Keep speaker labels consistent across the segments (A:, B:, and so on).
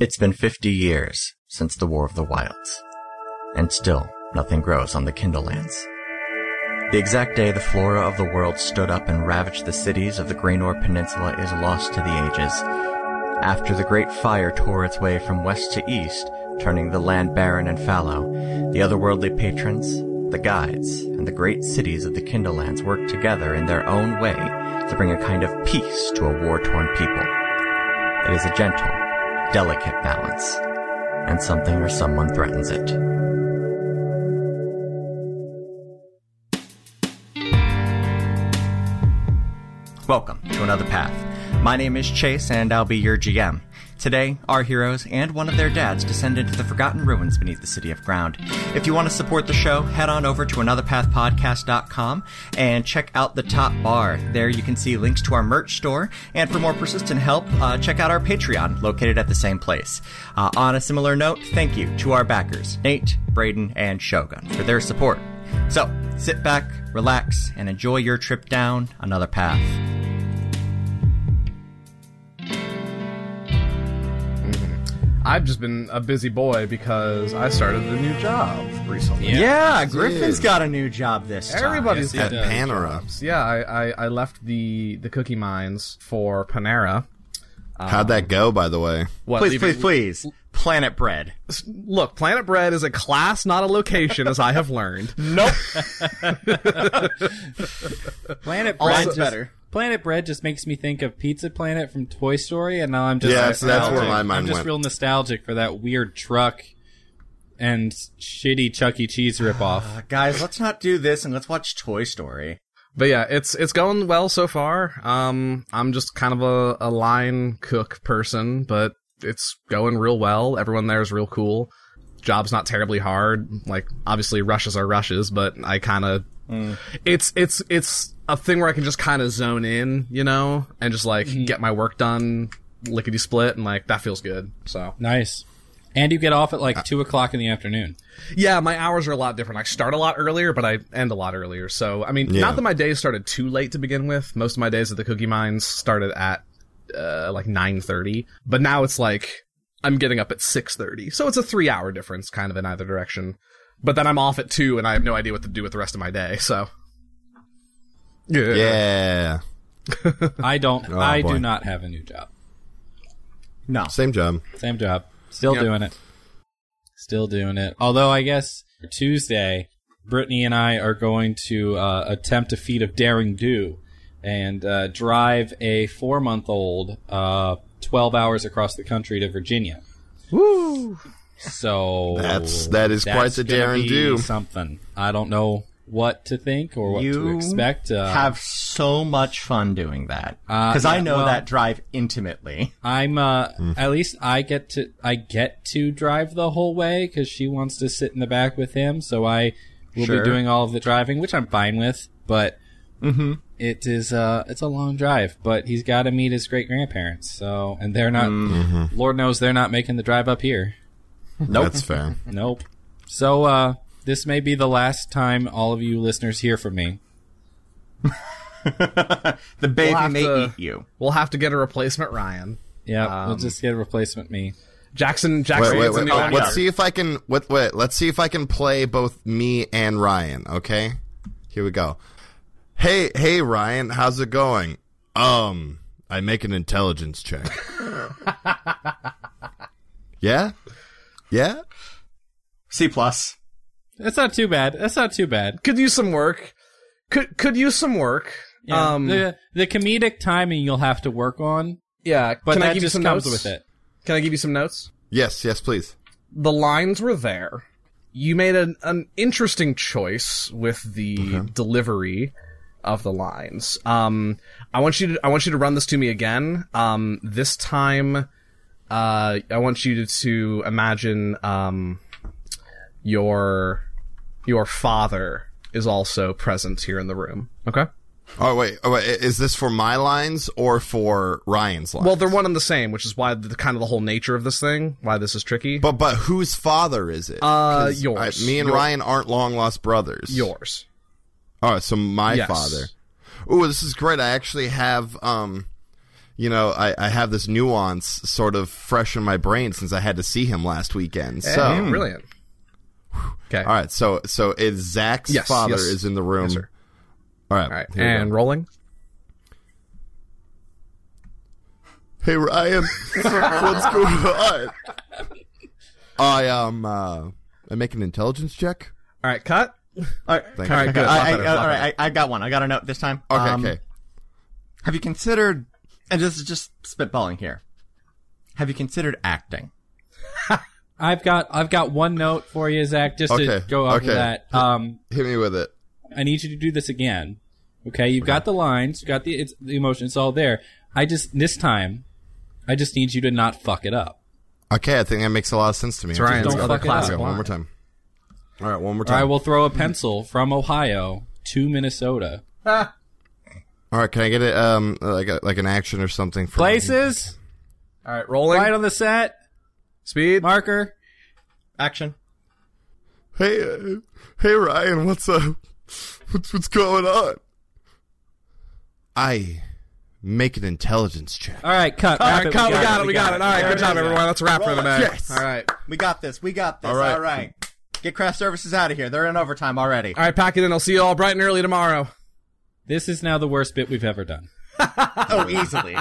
A: It's been 50 years since the War of the Wilds, and still nothing grows on the Kindlelands. The exact day the flora of the world stood up and ravaged the cities of the Greenor Peninsula is lost to the ages. After the Great Fire tore its way from west to east, turning the land barren and fallow, the otherworldly patrons, the guides, and the great cities of the Kindlelands worked together in their own way to bring a kind of peace to a war-torn people. It is a gentle, delicate balance, and something or someone threatens it. Welcome to Another Path. My name is Chase, and I'll be your GM. Today, our heroes and one of their dads descend into the forgotten ruins beneath the city of ground. If you want to support the show, head on over to anotherpathpodcast.com and check out the top bar. There you can see links to our merch store, and for more persistent help, uh, check out our Patreon, located at the same place. Uh, on a similar note, thank you to our backers, Nate, Braden, and Shogun, for their support. So, sit back, relax, and enjoy your trip down another path.
B: I've just been a busy boy because I started a new job recently.
A: Yeah,
C: Yeah.
A: Griffin's got a new job this time.
B: Everybody's
C: At
B: got new
C: Panera.
B: jobs. Yeah, I, I, I left the, the cookie mines for Panera.
C: How'd that go, by the way?
B: What,
A: Please,
B: leaving-
A: please, please. Planet Bread.
B: Look, Planet Bread is a class, not a location, as I have learned.
A: Nope.
D: Planet
A: Also
D: Bread just,
A: better.
D: Planet Bread just makes me think of Pizza Planet from Toy Story, and now I'm just
C: Yeah, so that's where
D: nostalgic.
C: my mind
D: I'm just
C: went.
D: real nostalgic for that weird truck and shitty Chuck E. Cheese ripoff.
A: Uh, guys, let's not do this and let's watch Toy Story.
B: But yeah, it's it's going well so far. Um, I'm just kind of a, a line cook person, but it's going real well. Everyone there is real cool. Job's not terribly hard. Like obviously rushes are rushes, but I kind of it's it's it's a thing where I can just kind of zone in, you know, and just like get my work done lickety split, and like that feels good. So
D: nice. And you get off at like two o'clock in the afternoon.
B: yeah, my hours are a lot different. I start a lot earlier, but I end a lot earlier. So, I mean,
C: Yeah.
B: not that my days started too late to begin with. Most of my days at the Cookie Mines started at uh, like nine thirty, but now it's like I'm getting up at six thirty. So it's a three hour difference, kind of in either direction. But then I'm off at two, and I have no idea what to do with the rest of my day. So, yeah,
C: Yeah.
D: I don't. I
C: Ah, boy.
D: do not have a new job.
A: No.
C: Same job.
D: Same job. Still
B: Yep.
D: doing it. Still doing it. Although I guess Tuesday, Brittany and I are going to uh, attempt a feat of daring do and uh, drive a four month old uh, 12 hours across the country to Virginia. Woo! So
C: That's- that is quite the
D: gonna
C: dare and
D: be
C: do.
D: Something I don't know what to think or what to
A: You
D: expect. Uh,
A: Have so much fun doing that.
D: Uh,
A: Because I
D: yeah,
A: know
D: well-
A: that drive intimately.
D: I'm uh at least I get to I get to drive the whole way cuz she wants to sit in the back with him so I will
A: Sure.
D: be doing all of the driving which I'm fine with but it is uh it's a long drive but he's got to meet his great grandparents so and they're not lord knows they're not making the drive up here
A: Nope.
C: That's fair.
D: nope so uh this may be the last time all of you listeners hear from me
A: the baby
B: We'll have
A: may
B: to-
A: eat you.
B: we'll have to get a replacement Ryan.
D: yeah we'll just get a replacement me
B: Jackson, Jackson,
C: Wait, wait,
B: gets a
C: wait.
B: new
C: Oh,
B: one.
C: let's see if I can. Wait, wait, let's see if I can play both me and Ryan. Okay. Here we go. Hey, hey, Ryan, how's it going? Um, I make an intelligence check. yeah. Yeah.
A: C plus.
D: that's not too bad that's not too bad
B: Could use some work. Could could use some work.
D: Yeah.
B: Um,
D: the the comedic timing you'll have to work on,
B: yeah.
D: but
B: Can
D: that
B: I give you
D: just
B: some
D: comes
B: notes?
D: with it.
B: Can I give you some notes?
C: Yes. Yes. Please.
B: The lines were there. You made an, an interesting choice with the delivery of the lines. Um, I want you to I want you to run this to me again. Um, this time, uh, I want you to, to imagine um, your your father is also present here in the room. Okay.
C: Oh wait. Oh wait. Is this for my lines or for Ryan's lines?
B: Well, they're one and the same, which is why the kind of the whole nature of this thing, why this is tricky.
C: But but whose father is it?
B: uh,
C: 'Cause I-
B: yours,
C: me and
B: Your-
C: Ryan aren't long lost brothers.
B: yours.
C: Oh, so my
B: Yes.
C: father. Oh, this is great. I actually have um you know, I, I have this nuance sort of fresh in my brain since I had to see him last weekend. So,
B: Hey, brilliant. Okay.
C: all right, so so is Zach's
B: Yes,
C: father
B: yes.
C: is in the room.
B: Yes, sir.
C: All right,
B: All right.
C: here we go.
B: And rolling.
C: Hey Ryan, what's going on? I um, uh, I make an intelligence check.
B: All right. Cut.
A: All right,
C: Thank
A: all
C: you.
A: right, good.
B: A
A: I,
B: lot
A: I,
B: better, a lot
A: all right, I, I got one. I got a note this time.
C: Okay,
A: Um,
C: okay.
A: Have you considered? And this is just spitballing here. Have you considered acting?
D: I've got I've got one note for you, Zach, just to
C: Okay,
D: go off of
C: okay.
D: that. Um,
C: Hit me with it.
D: I need you to do this again. Okay, you've got the lines, you've got the it's, the emotion, it's all there. I just this time, I just need you to not fuck it up.
C: Okay, I think that makes a lot of sense to me.
B: Ryan's
C: Just-
D: Don't
B: other
D: fuck it
B: classic
D: up.
C: Okay, one more time. All right, one more
D: Or I
C: time.
D: will throw a pencil from Ohio to Minnesota.
C: All right, can I get it? Um, like a, like an action or something. For
D: Places,
B: All right. Rolling.
D: right on the set,
B: Speed.
D: marker.
A: Action.
C: Hey, uh, hey, Ryan, what's up? What's what's going on? I make an intelligence check.
D: All right, cut. All
B: All right, cut. We got it. We got it. All right. Good job, everyone. Let's wrap for the night.
C: Yes.
B: All right.
A: We got this. We got this.
C: All right.
A: Get craft services out of here. They're in overtime already.
B: All right. Pack it in. I'll see you all bright and early tomorrow.
D: This is now the worst bit we've ever done.
A: Oh, easily.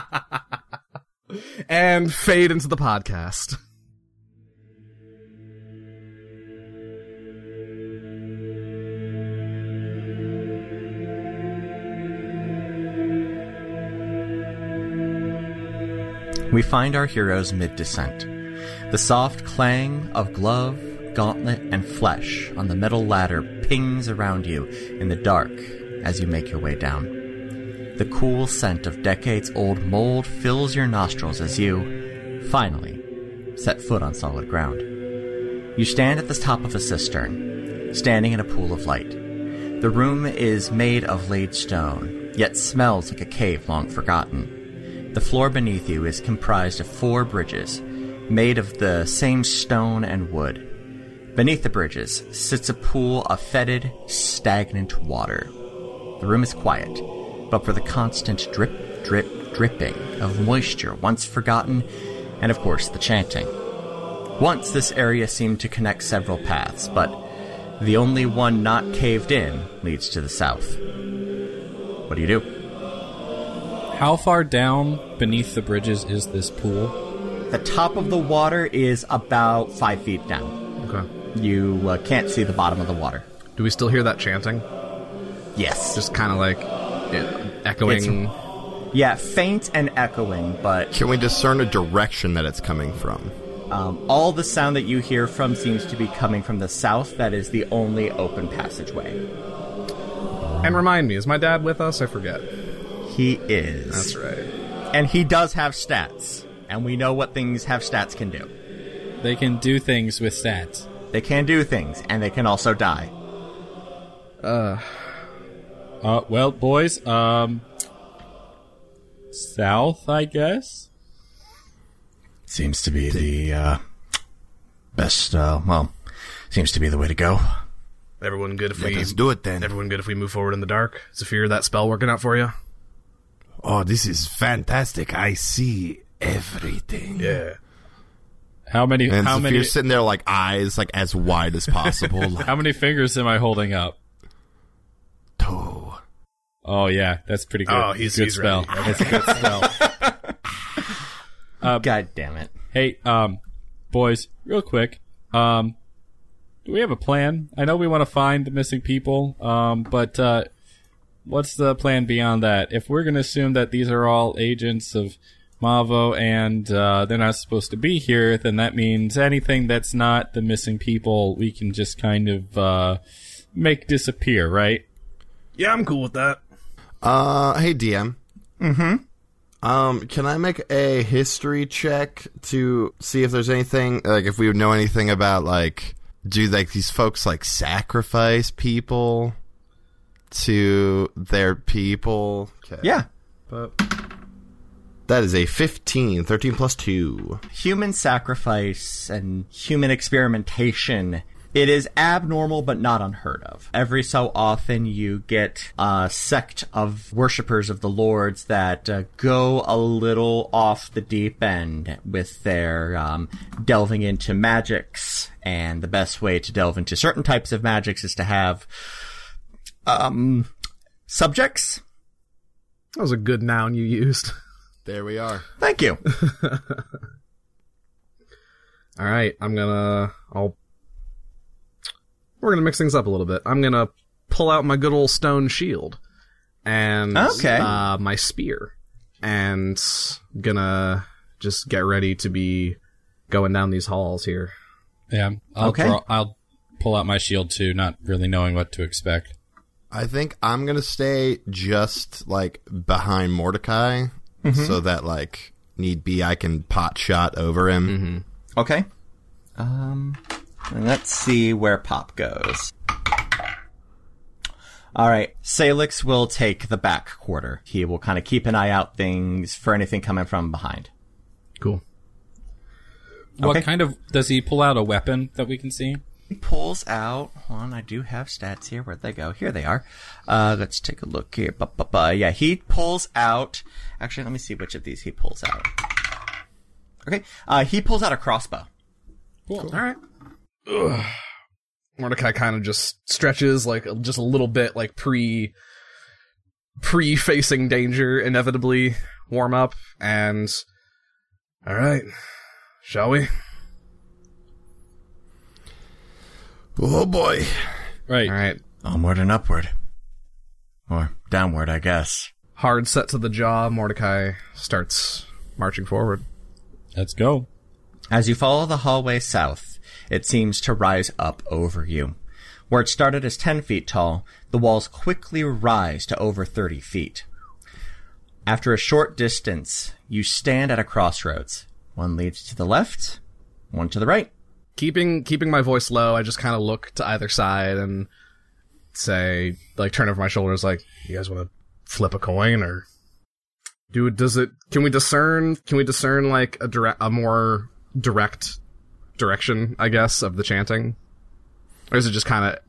B: And fade into the podcast.
A: We find our heroes mid descent. The soft clang of glove, gauntlet, and flesh on the metal ladder pings around you in the dark as you make your way down. The cool scent of decades old mold fills your nostrils as you, finally, set foot on solid ground. You stand at the top of a cistern, standing in a pool of light. The room is made of laid stone, yet smells like a cave long forgotten. The floor beneath you is comprised of four bridges, made of the same stone and wood. Beneath the bridges sits a pool of fetid, stagnant water. The room is quiet, but for the constant drip, drip, dripping of moisture once forgotten, and of course the chanting. Once this area seemed to connect several paths, but the only one not caved in leads to the south. What do you do?
D: How far down beneath the bridges is this pool?
A: The top of the water is about five feet down.
B: Okay.
A: You uh, can't see the bottom of the water.
B: Do we still hear that chanting?
A: Yes.
B: Just kind of like it echoing.
A: yeah, faint and echoing, but
C: Can we discern a direction that it's coming from?
A: um, all the sound that you hear from seems to be coming from the south. That is the only open passageway.
B: And remind me, is my dad with us? I forget.
A: He is.
B: That's right.
A: And he does have stats. And we know what things have stats can do.
D: They can do things with stats.
A: They can do things, and they can also die.
D: Uh, well, boys, um, south, I guess.
A: Seems to be the uh, best, uh, well, seems to be the way to go.
B: Everyone good if we
C: it then.
B: Everyone good if we move forward in the dark. Zafir, that spell working out for you?
C: Oh, this is fantastic. I see everything.
B: Yeah.
D: How many?
C: And
D: how
C: if
D: many?
C: you're sitting there like eyes like as wide as possible. like,
D: How many fingers am I holding up?
C: "Toe."
D: Oh yeah, that's pretty good.
B: Oh, he's-
D: good
B: he's
D: spell.
B: ready.
D: That's a good spell.
B: Uh,
A: God damn it.
D: hey, um, boys, real quick, um, do we have a plan? I know we want to find the missing people, um, but uh, what's the plan beyond that? If we're gonna assume that these are all agents of Mavo and uh, they're not supposed to be here, then that means anything that's not the missing people, we can just kind of uh, make disappear, right?
B: Yeah, I'm cool with that.
C: Uh, hey DM. Mm-hmm. Um, can I make a history check to see if there's anything like if we would know anything about like do like these folks like sacrifice people to their people? Okay.
A: Yeah.
C: That is a 15, 13 plus 2.
A: human sacrifice and human experimentation It is abnormal but not unheard of. Every so often you get a sect of worshippers of the lords that uh, go a little off the deep end with their um, delving into magics. And the best way to delve into certain types of magics is to have um, subjects.
B: That was a good noun you used.
C: There we are.
A: Thank you.
B: All right, I'm gonna. I'll. We're gonna mix things up a little bit. I'm gonna pull out my good old stone shield and
A: Okay.
B: uh, my spear, and gonna just get ready to be going down these halls here.
D: Yeah. I'll
A: Okay.
D: Draw, I'll pull out my shield too, not really knowing what to expect.
C: I think I'm gonna stay just like behind Mordecai, so that like need be I can pot shot over him.
A: Okay. Um, and let's see where Pop goes. All right, Salix will take the back quarter. He will kind of keep an eye out things for anything coming from behind.
B: Cool.
A: Okay.
D: What kind of does he pull out a weapon that we can see?
A: He pulls out. Hold on, I do have stats here. Where'd they go? Here they are. Uh, let's take a look here. Ba, ba, ba. Yeah, he pulls out. Actually, let me see which of these he pulls out. Okay, uh, he pulls out a crossbow.
B: All right. Mordecai kind of just stretches like just a little bit, like pre pre facing danger, inevitably warm up, and all right, shall we?
C: Oh boy!
D: Right.
B: All right,
E: Onward and upward. Or downward, I guess.
B: hard set to the jaw. Mordecai starts marching forward.
D: Let's go.
A: As you follow the hallway south, it seems to rise up over you. Where it started as 10 feet tall, the walls quickly rise to over 30 feet. After a short distance, you stand at a crossroads. One leads to the left, one to the right.
B: Keeping keeping my voice low, I just kind of look to either side and say, like, turn over my shoulders, like, you guys want to flip a coin or do it? Does it? Can we discern? Can we discern like a direct, a more direct direction, I guess, of the chanting, or is it just kind of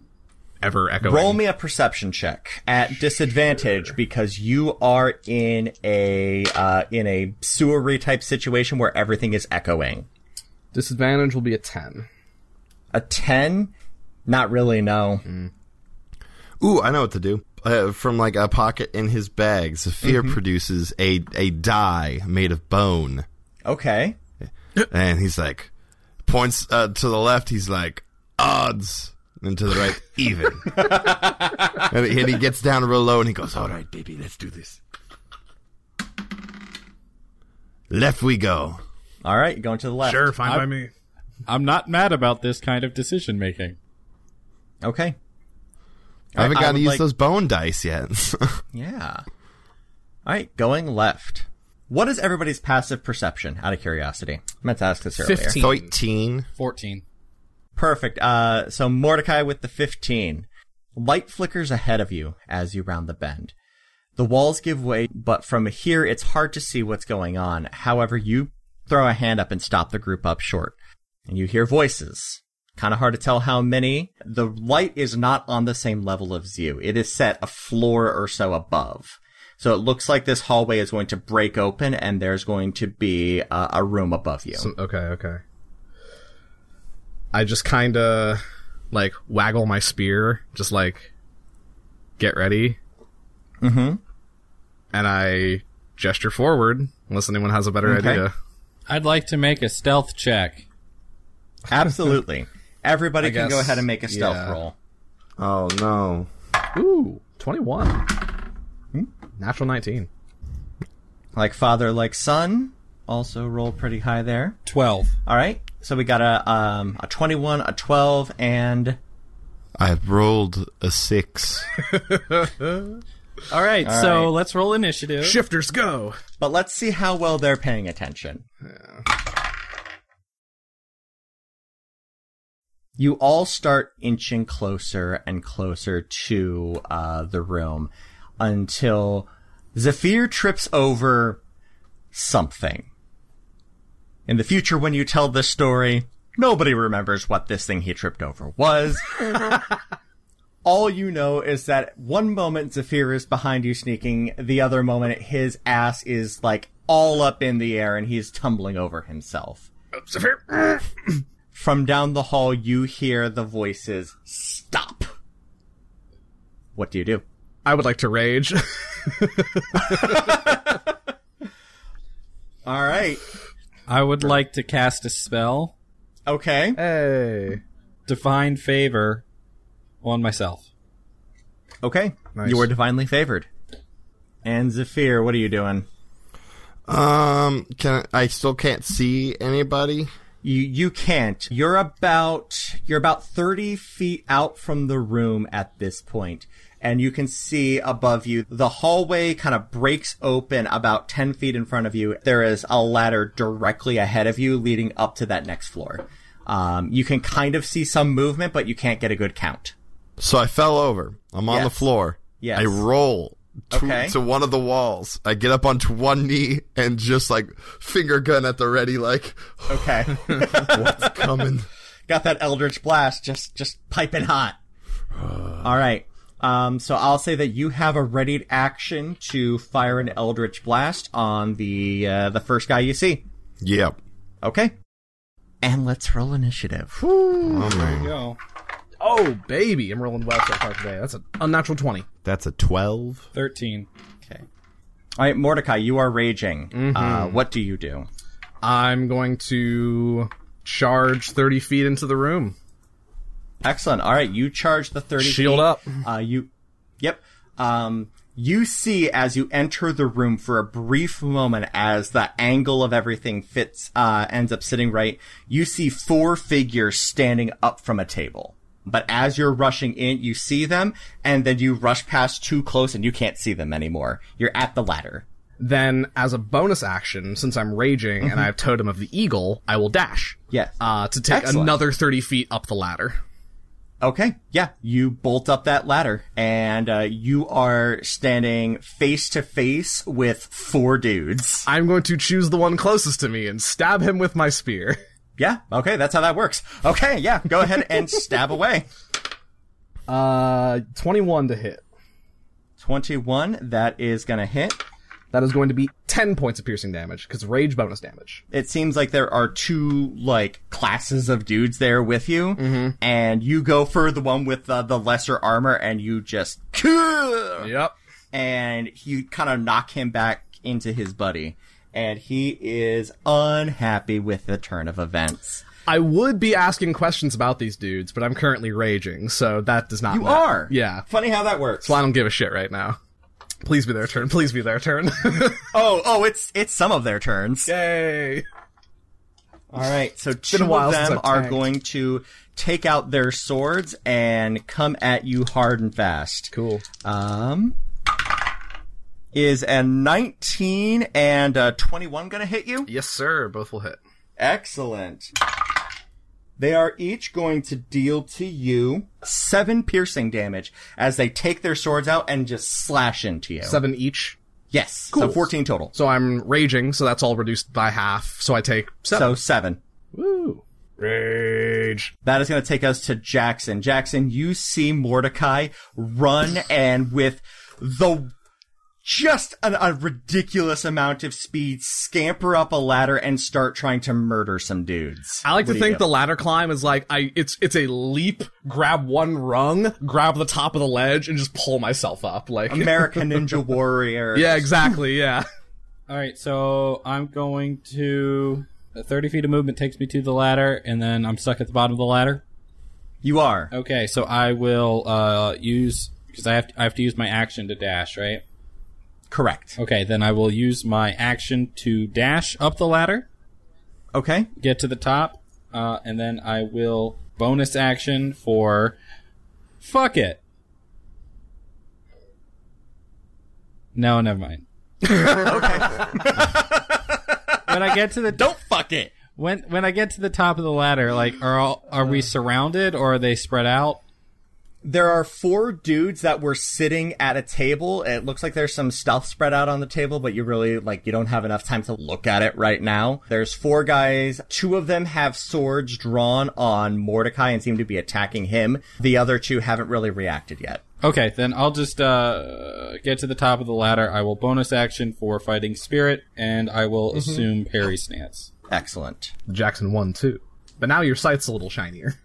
B: ever echoing?
A: Roll me a perception check at disadvantage because you are in a uh, in a sewery type situation where everything is echoing.
B: Disadvantage will be a ten.
A: A 10? Not really, no.
C: Ooh, I know what to do. Uh, from like a pocket in his bag, Zephyr
A: Mm-hmm.
C: produces a a die made of bone,
A: Okay.
C: and he's like points uh, to the left. He's like odds, and to the right even. and, he- and he gets down real low, and he goes, "All right, baby, let's do this." Left we go.
A: All right, you're going to the left.
B: Sure, fine by me.
D: I'm not mad about this kind of decision making.
A: Okay.
C: I haven't
A: I
C: got to
A: would
C: use
A: like-
C: those bone dice yet.
A: Yeah. All right, going left. What is everybody's passive perception? Out of curiosity, I meant to ask this earlier.
B: Fifteen.
C: Thirteen.
D: Fourteen.
A: Perfect. Uh, so Mordecai with the 15. Light flickers ahead of you as you round the bend. The walls give way, but from here it's hard to see what's going on. However, you throw a hand up and stop the group up short. And you hear voices. Kind of hard to tell how many. The light is not on the same level as you. It is set a floor or so above. So it looks like this hallway is going to break open and there's going to be uh, a room above you.
B: Some- Mm, okay, okay. I just kind of like waggle my spear, just like get ready. Mm-hmm. And I gesture forward, unless anyone has a better
A: Okay.
B: idea.
D: I'd like to make a stealth check.
A: Absolutely. Everybody
B: I
A: can go
B: guess,
A: ahead and make a stealth
B: yeah.
A: roll.
C: Oh no.
B: Ooh, 21. Hmm? Natural 19.
A: Like father, like son. Also roll pretty high there.
D: Twelve.
A: All right. So we got a um, a 21, a 12, and
C: I rolled a six.
D: All right, so
A: right.
D: let's roll initiative.
B: Shifters go!
A: but let's see how well they're paying attention. You all start inching closer and closer to uh, the room until Zephyr trips over something. In the future, when you tell this story, Nobody remembers what this thing he tripped over was. All you know is that one moment Zafir is behind you sneaking, the other moment his ass is like all up in the air and he's tumbling over himself.
B: Zephyr.
A: From down the hall, you hear the voices stop. What do you do?
B: I would like to rage.
A: All right.
D: I would like to cast a spell,
A: Okay.
B: hey.
D: divine favor, on myself.
A: Okay.
B: Nice.
A: You are divinely favored. And Zephyr, what are you doing?
C: Um, can I, I still can't see anybody?
A: You you can't. You're about you're about thirty feet out from the room at this point, and you can see above you the hallway kind of breaks open about ten feet in front of you. There is a ladder directly ahead of you leading up to that next floor. Um, you can kind of see some movement, but you can't get a good count.
C: So I fell over. I'm on the
A: Yes.
C: floor.
A: Yes.
C: I roll to,
A: Okay.
C: to one of the walls. I get up onto one knee and just like finger gun at the ready, like
A: Okay,
C: coming.
A: got that Eldritch blast, just just piping hot. All right. Um, so I'll say that you have a readied action to fire an Eldritch blast on the uh, the first guy you see.
C: yep.
A: Okay. And let's roll initiative.
C: Oh man.
D: Go.
B: Oh baby, I'm rolling well so far today. That's an unnatural twenty.
F: That's a 12.
D: Thirteen.
A: Okay. All right, Mordecai, you are raging. Uh, what do you do?
B: I'm going to charge thirty feet into the room.
A: Excellent. All right, you charge the thirty.
B: Shield
A: feet.
B: up.
A: Uh, you. Yep. Um, you see as you enter the room for a brief moment as the angle of everything fits uh, ends up sitting right. You see four figures standing up from a table. But as you're rushing in, you see them, and then you rush past too close, and you can't see them anymore. You're at the ladder.
B: Then, as a bonus action, since I'm raging and I have Totem of the Eagle, I will dash.
A: Yes.
B: Uh, to take
A: Excellent.
B: another 30 feet up the ladder.
A: Okay, yeah, you bolt up that ladder, and uh, you are standing face to face with four dudes.
B: I'm going to choose the one closest to me and stab him with my spear.
A: Yeah, okay, that's how that works. Okay, yeah, go ahead and stab away.
B: Uh, 21 to hit.
A: 21, that is gonna hit.
B: That is going to be 10 points of piercing damage, because rage bonus damage.
A: It seems like there are two, like, classes of dudes there with you, and you go for the one with uh, the lesser armor, and you just,
B: Yep.
A: and you kind of knock him back into his buddy, and he is unhappy with the turn of events.
B: I would be asking questions about these dudes, but I'm currently raging, so that does not
A: You
B: matter.
A: are.
B: Yeah.
A: Funny how that works.
B: I don't give a shit right now. Please be their turn. Please be their turn.
A: Oh, oh, it's it's some of their turns.
B: Yay.
A: All right, so two
B: a while
A: of
B: since
A: them
B: I've
A: are
B: tanked.
A: going to take out their swords and come at you hard and fast.
B: Cool.
A: Um, is a nineteen and a twenty-one going to hit you?
B: Yes, sir. Both will hit.
A: Excellent. They are each going to deal to you seven piercing damage as they take their swords out and just slash into you.
B: Seven each.
A: Yes, so
B: Cool.
A: fourteen total.
B: So I'm raging, so that's all reduced by half. So I take seven.
A: So seven.
B: Woo. Rage.
A: That is going to take us to Jackson. Jackson, you see Mordecai run and with the just an, a ridiculous amount of speed scamper up a ladder and start trying to murder some dudes.
B: I like
A: What
B: to
A: do you
B: think
A: do?
B: the ladder climb is like I it's it's a leap, grab one rung, grab the top of the ledge, and just pull myself up. Like
A: American Ninja Warrior.
B: Yeah, exactly, yeah.
D: All right, so I'm going to. uh, Thirty feet of movement takes me to the ladder, and then I'm stuck at the bottom of the ladder.
A: You are.
D: Okay, so I will uh, use because I have to, I have to use my action to dash, right?
A: Correct.
D: Okay, then I will use my action to dash up the ladder,
A: Okay.
D: get to the top, uh, and then I will bonus action for fuck it. No, never mind. okay. when I get to the
A: Don't fuck it.
D: when when I get to the top of the ladder, like are all, are we surrounded or are they spread out?
A: There are four dudes that were sitting at a table. It looks like there's some stuff spread out on the table, but you really, like, you don't have enough time to look at it right now. There's four guys. Two of them have swords drawn on Mordecai and seem to be attacking him. The other two haven't really reacted yet.
D: Okay, then I'll just uh, get to the top of the ladder. I will bonus action for fighting spirit, and I will
B: Mm-hmm.
D: assume parry stance.
A: Excellent.
B: Jackson won too. But now your sight's a little shinier.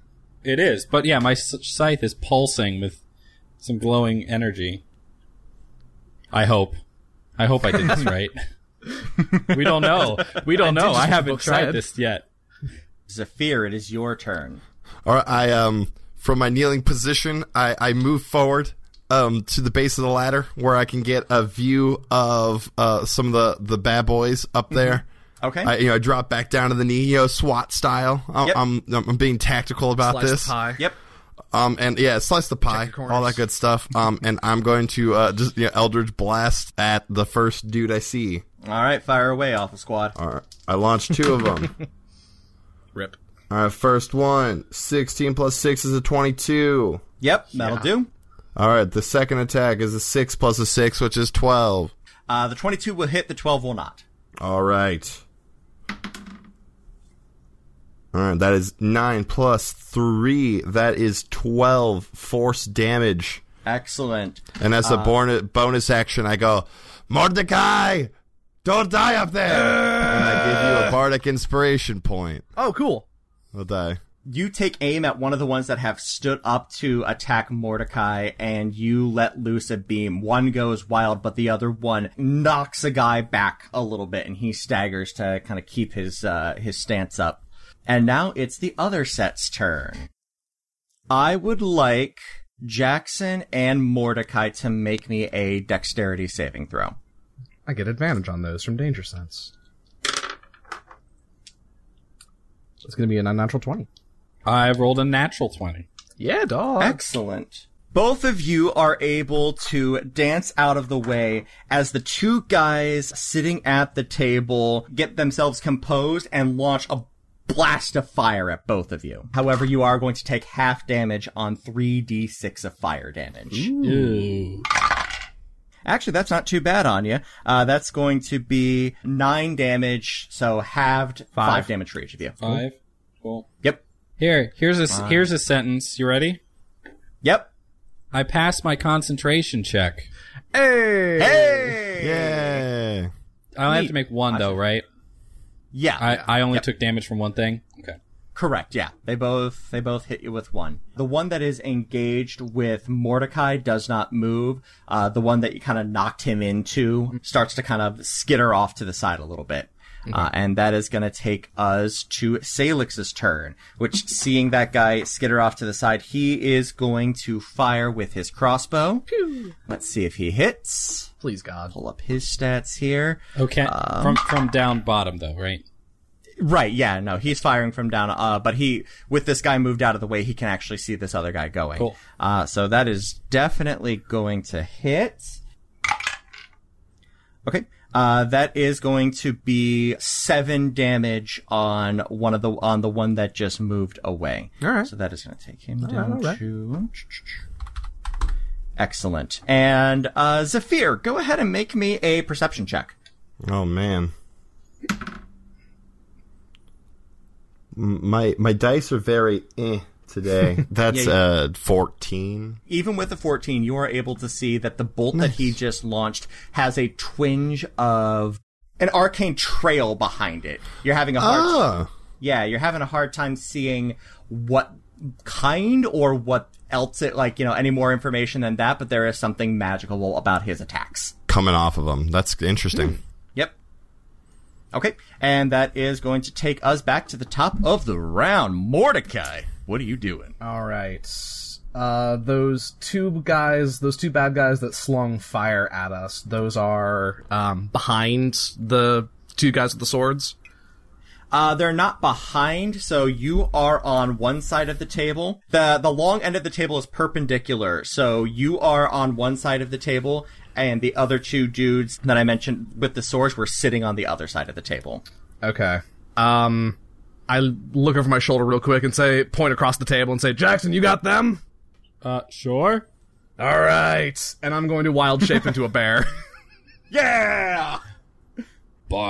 D: It is, but yeah, my s- scythe is pulsing with some glowing energy. I hope. I hope I did this right. we don't know. We don't know. I
B: what the
D: haven't
B: book
D: tried
B: said.
D: this yet.
A: Zephyr, it is your turn.
C: All right, I um from my kneeling position, I I move forward um to the base of the ladder where I can get a view of uh some of the the bad boys up there.
A: Mm-hmm. Okay.
C: I, you know, I drop back down to the knee, you know, SWAT style. I,
A: Yep.
C: I'm, I'm I'm being tactical about
B: Slice
C: this.
B: the pie.
A: yep.
C: Um, and yeah, slice the pie,
B: your corners.
C: all that good stuff. Um, and I'm going to uh just you know, Eldridge blast at the first dude I see.
A: All right, fire away, Alpha Squad.
C: All right, I launched two of them.
B: Rip.
C: all right, first one, 16 plus six is a twenty-two.
A: Yep, that'll do.
C: All right, the second attack is a 6 plus a 6, which is 12.
A: Uh, the 22 will hit, the 12 will not.
C: All right. All right, that is 9 plus 3. That is 12 force damage.
A: Excellent.
C: And as a
A: Uh,
C: born- bonus action, I go, Mordecai, don't die up there! and I
A: Eh.
C: give you a bardic inspiration point.
B: Oh, cool.
C: I'll die.
A: You take aim at one of the ones that have stood up to attack Mordecai, and you let loose a beam. One goes wild, but the other one knocks a guy back a little bit, and he staggers to kind of keep his uh, his stance up. And now it's the other set's turn. I would like Jackson and Mordecai to make me a dexterity saving throw.
B: I get advantage on those from danger sense. It's gonna be an unnatural twenty.
D: I rolled a natural 20.
B: Yeah, dog.
A: Excellent. Both of you are able to dance out of the way as the two guys sitting at the table get themselves composed and launch a blast of fire at both of you. However, you are going to take half damage on 3d6 of fire damage.
D: Ooh.
A: Actually, that's not too bad on you. Uh, that's going to be nine damage, so halved five, damage for each of you.
D: Five. Cool.
A: Yep.
D: Here, here's a s here's a sentence. You ready?
A: Yep.
D: I passed my concentration check.
B: Hey.
A: Hey!
C: Yay!
D: I only have to make one though, right?
A: Yeah.
D: I I only took damage from one thing. Okay.
A: Correct. Yeah, they both they both hit you with one. The one that is engaged with Mordecai does not move. Uh, the one that you kind of knocked him into starts to kind of skitter off to the side a little bit. Uh, and that is going to take us to Salix's turn, which seeing that guy skitter off to the side, he is going to fire with his crossbow. Let's see if he hits.
B: Please God.
A: Pull up his stats here.
D: Okay.
B: Um,
D: from from down bottom though, right?
A: Right, yeah, no, he's firing from down, uh, but he, with this guy moved out of the way, he can actually see this other guy going.
D: Cool.
A: Uh, so that is definitely going to hit. Okay. Uh, that is going to be seven damage on one of the, on the one that just moved away.
B: Alright.
A: So that is going to take him down
B: alright.
A: to. Excellent. And, uh, Zephyr, go ahead and make me a perception check.
C: Oh man. M- My my dice are very eh today. That's
A: Yeah,
C: uh 14.
A: even with the 14, you are able to see that the bolt that he just launched has a twinge of an arcane trail behind it. You're having a hard,
C: Oh.
A: yeah, you're having a hard time seeing what kind or what else it, like, you know, any more information than that, but there is something magical about his attacks.
C: Coming off of them. That's
A: Hmm.
C: interesting.
A: Yep. Okay. And that is going to take us back to the top of the round. Mordecai, what are you doing?
B: All right. Uh, those two guys, those two bad guys that slung fire at us, those are um, behind the two guys with the swords.
A: Uh, they're not behind, so you are on one side of the table. The the long end of the table is perpendicular, so you are on one side of the table, and the other two dudes that I mentioned with the swords were sitting on the other side of the table.
B: Okay. Um, I look over my shoulder real quick and say, point across the table and say, Jackson, you got them?
D: Uh, sure.
B: All right, and I'm going to wild shape into a bear.
A: Yeah!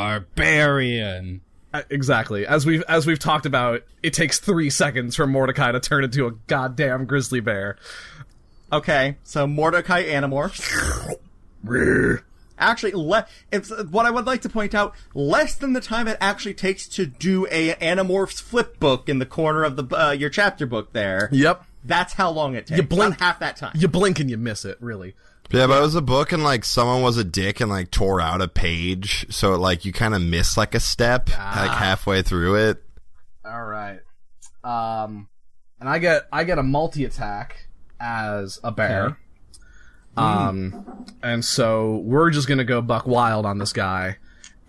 D: Barbarian.
B: Uh, exactly. As we've as we've talked about, it takes three seconds for Mordecai to turn into a goddamn grizzly bear.
A: Okay, so Mordecai Animorphs. actually, le- it's, what I would like to point out, less than the time it actually takes to do a Animorphs flip book in the corner of the uh, your chapter book there.
B: Yep.
A: That's how long it takes.
B: blink-
A: About half that time.
B: You blink and you miss it, really.
C: Yeah, but it was a book and like someone was a dick and like tore out a page, so like you kind of miss like a step
A: Ah.
C: like halfway through it.
B: All right. Um, and I get I get a multi attack as a bear. Um, and so we're just gonna go buck wild on this guy,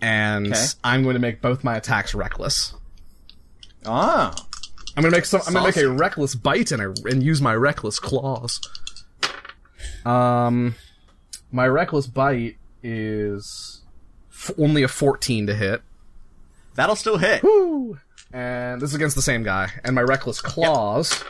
B: and
A: Okay.
B: I'm going to make both my attacks reckless.
A: Ah.
B: I'm gonna make some. I'm gonna make a reckless bite and a, and use my reckless claws. Um, my reckless bite is f- only a 14 to hit.
A: That'll still hit.
B: Woo! And this is against the same guy. And my reckless claws,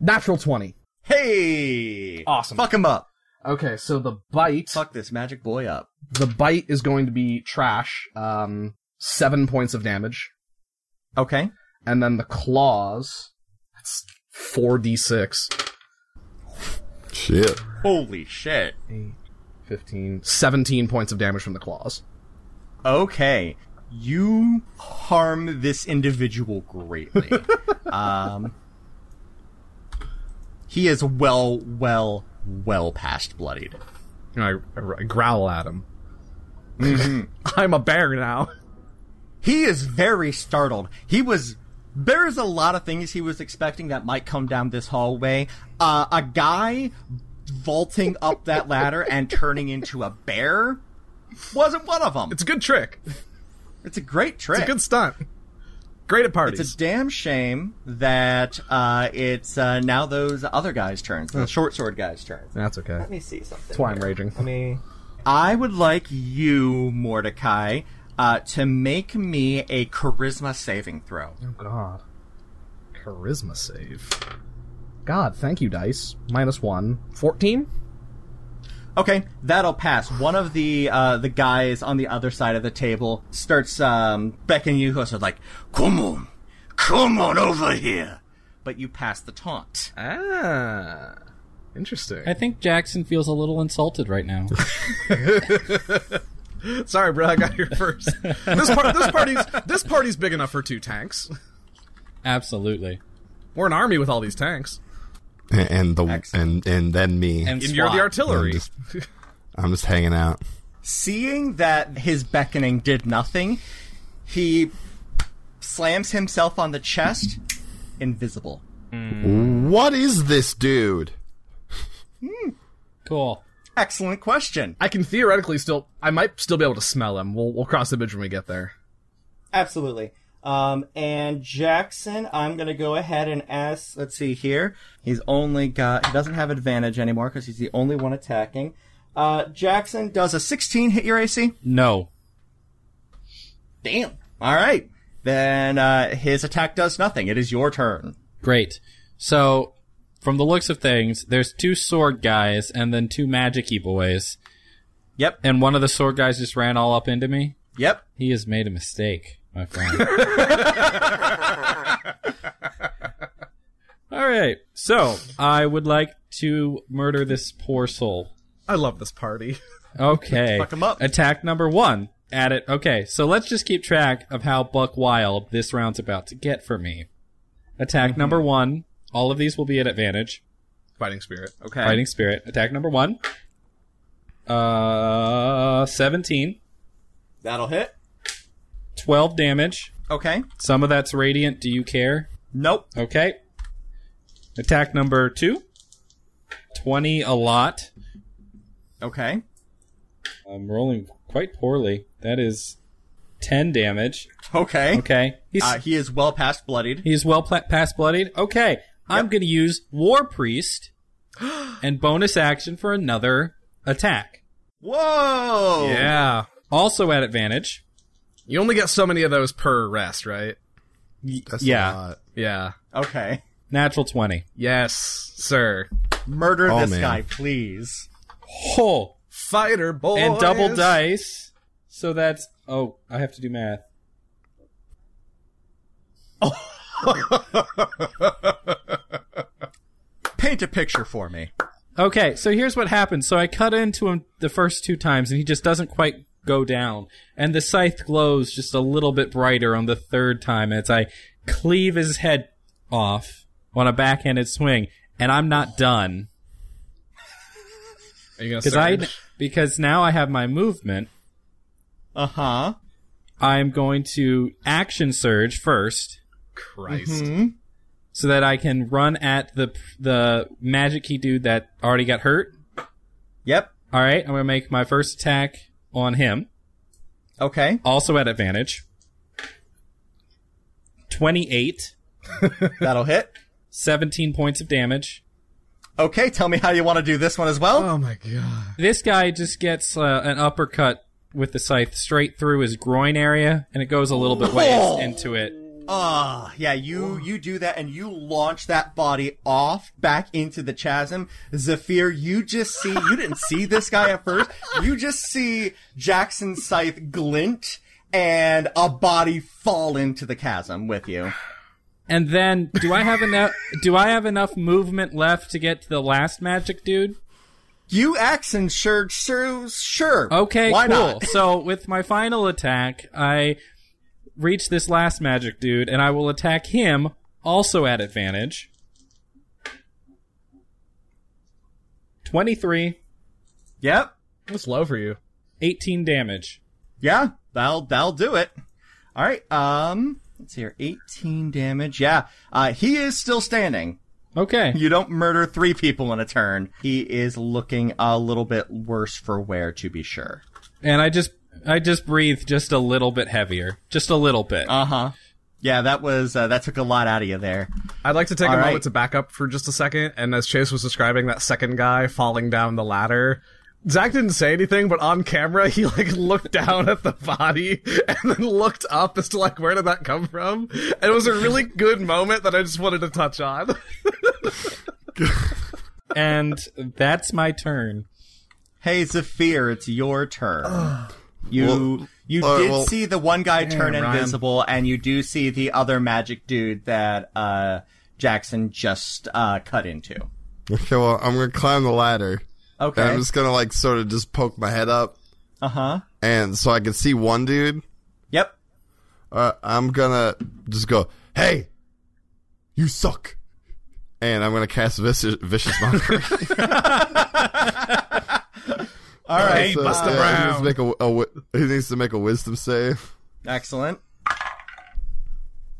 B: natural 20.
A: Hey!
B: Awesome.
A: Fuck him up.
B: Okay, so the bite,
A: Fuck this magic boy up.
B: the bite is going to be trash. Um, seven points of damage,
A: Okay.
B: and then the claws, that's four d six.
C: Shit.
A: Holy shit.
B: 15, 17 points of damage from the claws.
A: okay, you harm this individual greatly. um, he is well, well, well past bloodied.
B: And I, I growl at him. I'm a bear now.
A: He is very startled. He was. There is a lot of things he was expecting that might come down this hallway. Uh, a guy vaulting up that ladder and turning into a bear wasn't one of them.
B: It's a good trick. It's
A: It's a great trick.
B: a good stunt. Great at parties.
A: It's a damn shame that uh, it's uh, now those other guys' turns, the short sword guys' turns.
B: That's okay.
A: Let me see something.
B: That's why I'm raging.
A: Let me. I would like you, Mordecai, uh, to make me a charisma saving throw.
B: Oh god. Charisma save. God, thank you, dice. Minus one. 14?
A: Okay, that'll pass. One of the uh, the guys on the other side of the table starts um, beckoning you, so like, "Come on, come on over here." But you pass the taunt.
B: Ah. Interesting.
D: I think Jackson feels a little insulted right now.
B: Sorry, bro, I got here first. this, par- this party's this party's big enough for two tanks.
D: Absolutely.
B: We're an army with all these tanks.
C: And, and the
A: Excellent.
C: and and then me.
D: And
B: And you're the
D: SWAT.
B: artillery.
C: I'm just, I'm just hanging out.
A: Seeing that his beckoning did nothing, he slams himself on the chest, invisible.
C: What is this dude?
D: Cool.
A: Excellent question.
B: I can theoretically still I might still be able to smell him. We'll we'll cross the bridge when we get there.
A: Absolutely. Um, and Jackson, I'm gonna go ahead and ask. Let's see here. He's only got. He doesn't have advantage anymore because he's the only one attacking. Uh, Jackson does a 16 hit your AC.
D: No.
A: Damn. All right. Then uh, his attack does nothing. It is your turn.
D: Great. So, from the looks of things, there's two sword guys and then two magicy boys.
A: Yep.
D: And one of the sword guys just ran all up into me.
A: Yep.
D: He has made a mistake, my friend. all right. So, I would like to murder this poor soul.
B: I love this party.
D: Okay.
A: Fuck 'em up.
D: Attack number one. At it. Okay, so let's just keep track of how buck wild this round's about to get for me. Attack
A: Mm-hmm.
D: number one. All of these will be at advantage.
B: Fighting spirit.
A: Okay.
D: Fighting spirit. Attack number one. Uh, 17.
A: That'll hit.
D: 12 damage.
A: Okay.
D: Some of that's radiant. Do you care?
A: Nope.
D: Okay. Attack number two. 20 a lot.
A: Okay.
D: I'm rolling quite poorly. That is 10 damage.
A: Okay.
D: Okay. He's,
A: Uh, he is well past bloodied.
D: He's well pla past bloodied. Okay, I'm going to use War Priest and bonus action for another attack.
A: Whoa!
B: Yeah.
D: Also at advantage.
B: You only get so many of those per rest, right?
C: That's
D: yeah.
C: A lot.
B: Yeah.
A: Okay.
D: Natural 20.
B: Yes, sir.
A: Murder
C: Oh,
A: this
C: man.
A: guy, please.
D: Oh,
B: Fighter boy
D: and double dice. So that's. Oh, I have to do math.
A: Paint a picture for me.
D: Okay, so here's what happens. So I cut into him the first two times, and he just doesn't quite go down. And the scythe glows just a little bit brighter on the third time as I cleave his head off on a backhanded swing. And I'm not done
B: Are you gonna
D: because I
B: surge?
D: because now I have my movement.
A: Uh huh.
D: I'm going to action surge first,
B: Christ.
A: Mm-hmm. Hmm.
D: so that I can run at the the magic key dude that already got hurt.
A: Yep.
D: All right, I'm gonna make my first attack on him.
A: Okay.
D: also at advantage. 28,
A: That'll hit.
D: 17 points of damage.
A: Okay, tell me how you want to do this one as well.
B: Oh my god.
D: This guy just gets uh, an uppercut with the scythe straight through his groin area, and it goes a little bit ways into it.
A: Ah, yeah, you you do that and you launch that body off back into the chasm. Zephyr, you just see you didn't see this guy at first. You just see Jackson scythe glint and a body fall into the chasm with you.
D: And then, do I have enough? Do I have enough movement left to get to the last magic dude?
A: You action sure sure sure.
D: Okay,
A: Why
D: cool.
A: not?
D: so with my final attack, I reach this last magic dude, and I will attack him also at advantage. Twenty-three,
A: Yep.
B: That's low for you.
D: 18 damage.
A: Yeah, that'll that'll do it. All right. Um, let's see here. 18 damage. Yeah. Uh, he is still standing.
D: Okay.
A: You don't murder three people in a turn. He is looking a little bit worse for wear, to be sure.
D: And I just I just breathe just a little bit heavier, just a little bit.
A: Uh
C: Uh-huh.
A: huh. Yeah, that was uh, that took a lot out of you there.
B: I'd like to take
A: All
B: a
A: right.
B: moment to back up for just a second. And as Chase was describing that second guy falling down the ladder, Zach didn't say anything, but on camera he like looked down at the body and then looked up as to like where did that come from. And it was a really good moment that I just wanted to touch on.
D: and that's my turn.
A: Hey, Zephyr, it's your turn. You
C: Well,
A: you
C: uh,
A: did
C: well-
A: see the one guy turn
B: Ryan.
A: invisible, and you do see the other magic dude that uh, Jackson just uh, cut into.
C: Okay, well, I'm gonna climb the ladder.
A: Okay.
C: And I'm just gonna like sort of just poke my head up,
A: Uh huh.
C: and so I can see one dude.
A: Yep.
C: Uh, I'm gonna just go, hey, you suck, and I'm gonna cast vicious, vicious mockery. Uh,
A: All right.
C: So,
B: Busta
C: yeah, He
B: Brown.
C: needs, to make a, a wi- he needs to make a wisdom save.
A: Excellent.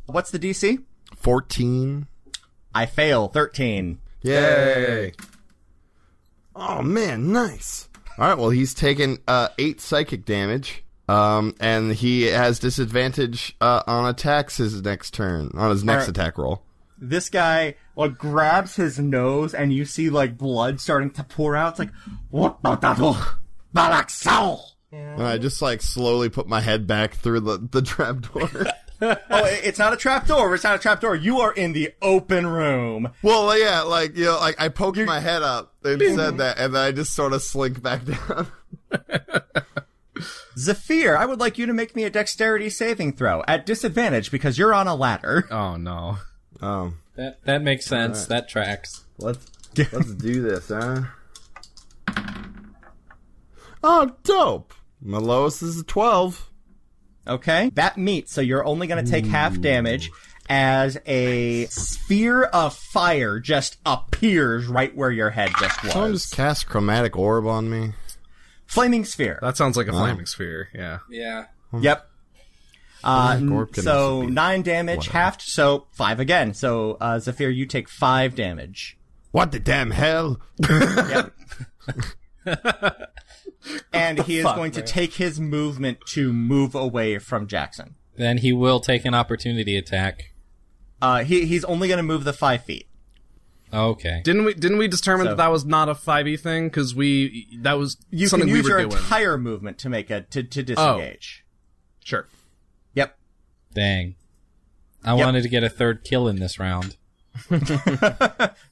A: What's the DC?
C: Fourteen.
A: I fail. 13.
C: Yay! Oh man, nice. All right, well he's taken uh, eight psychic damage, um, and he has disadvantage uh, on attacks his next turn on his next
A: right.
C: attack roll.
A: This guy like grabs his nose and you see like blood starting to pour out. It's like what about that? Oh, Balaxal.
C: And I just like slowly put my head back through the the trapdoor.
A: Oh, it- it's not a trap door. It's not a trap door. You are in the open room.
C: well, yeah, like you know, like I poked my head up and said that, and then I just sort of slink back down.
A: Zephyr, I would like you to make me a dexterity saving throw at disadvantage because you're on a ladder.
B: oh no.
C: Oh,
D: That that makes sense. That tracks.
C: let's let's do this, huh? Oh, dope. My lowest is a twelve.
A: Okay. That meets, so you're only going to take half damage as a sphere of fire just appears right where your head just was.
C: Someone just cast chromatic orb on me.
A: Flaming sphere.
B: That sounds like a flaming sphere. Yeah.
D: Yeah.
A: yep. Uh,
C: Chromatic orb can
A: so
C: also be-
A: nine damage, halved, so five again. So uh, Zephyr, you take five damage,
C: What the damn hell?
A: and he is going to take his movement to move away from Jackson.
D: Then he will take an opportunity attack.
A: Uh, he he's only going to move the five feet.
D: Okay.
B: Didn't we? Didn't we determine
A: So-
B: that that was not a five e thing? Because we that was
A: You
B: something
A: can use
B: we were
A: your
B: doing. Oh.
A: entire movement to make a to to disengage.
B: sure.
A: Yep.
D: Dang. I
A: Yep.
D: wanted to get a third kill in this round.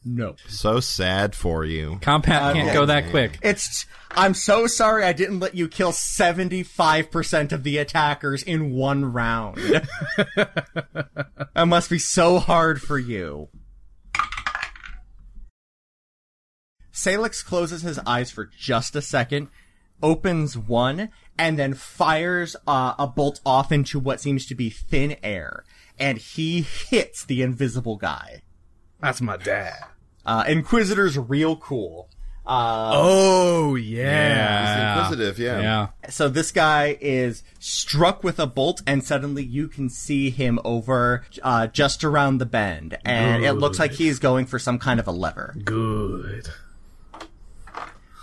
A: No.
C: So sad for you.
B: Uh,
D: Compound can't go that quick.
A: It's. I'm so sorry I didn't let you kill 75% of the attackers in one round. that must be so hard for you. Salix closes his eyes for just a second, opens one, and then fires uh, a bolt off into what seems to be thin air. And he hits the invisible guy.
B: That's my dad.
A: Uh, Inquisitor's real cool. Uh,
B: Oh yeah.
D: Yeah.
C: Inquisitive, Ah, yeah.
D: Yeah.
A: So this guy is struck with a bolt, and suddenly you can see him over uh, just around the bend, and it looks like he's going for some kind of a lever.
B: Good.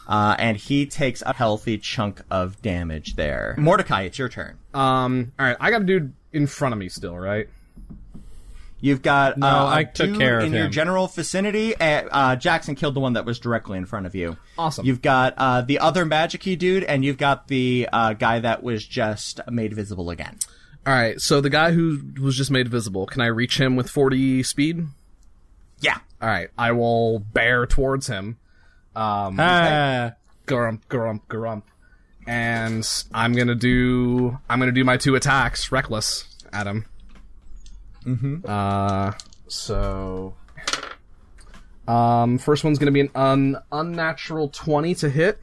A: Uh, and he takes a healthy chunk of damage there. Mordecai, it's your turn.
B: Um. All right. I got a dude in front of me still, right?
A: You've got no, uh, a
D: I took
A: dude
D: care of
A: in your
D: him.
A: general vicinity. Uh, uh, Jackson killed the one that was directly in front of you.
B: Awesome.
A: You've got uh, the other magicy dude, and you've got the uh, guy that was just made visible again.
B: All right. So the guy who was just made visible, can I reach him with 40 speed?
A: Yeah.
B: All right. I will bear towards him. Um,
D: Ah.
B: grump, grump, grump, and I'm gonna do. I'm gonna do my two attacks, reckless, at him. Mm-hmm. Uh. So. Um. First one's gonna be an un- unnatural 20 to hit.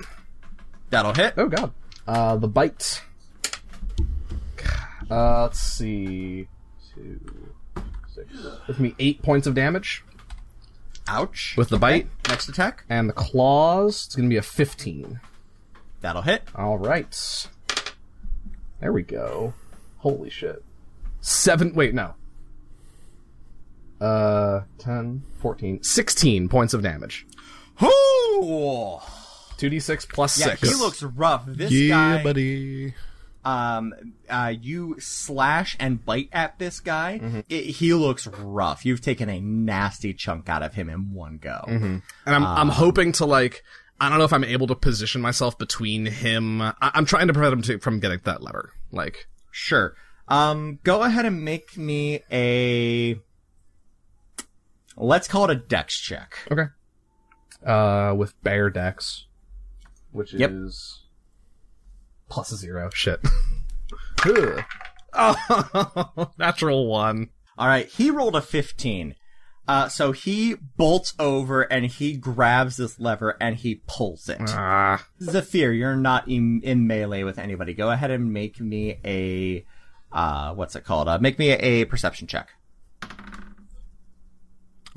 A: That'll hit.
B: Oh god. Uh, the bite. Uh, let's see. Two, six. With me, eight points of damage
A: Ouch.
B: with the bite
A: Next attack.
B: and the claws. It's gonna be a fifteen.
A: That'll hit.
B: All right. There we go. Holy shit. Seven. Wait, no. Uh, 10, 14, 16 points of damage.
A: Ooh.
B: 2d6 plus
A: Yeah,
B: 6.
A: he looks rough. This
C: Yeah,
A: guy,
C: buddy.
A: um, uh, you slash and bite at this guy.
C: Mm-hmm.
A: It, he looks rough. You've taken a nasty chunk out of him in one go.
C: Mm-hmm.
B: And I'm
A: Ah.
B: I'm hoping to like I don't know if I'm able to position myself between him. I, I'm trying to prevent him to, from getting that lever. Like
A: Sure. Um, go ahead and make me a. Let's call it a dex check.
B: okay, uh, with bear decks, which
A: Yep.
B: is plus a zero. Shit. Ugh. oh, natural one.
A: All right, he rolled a 15. Uh, so he bolts over and he grabs this lever and he pulls it.
B: Ah,
A: Zephyr, you're not in, in melee with anybody. Go ahead and make me a uh, what's it called? Uh, make me a, a perception check.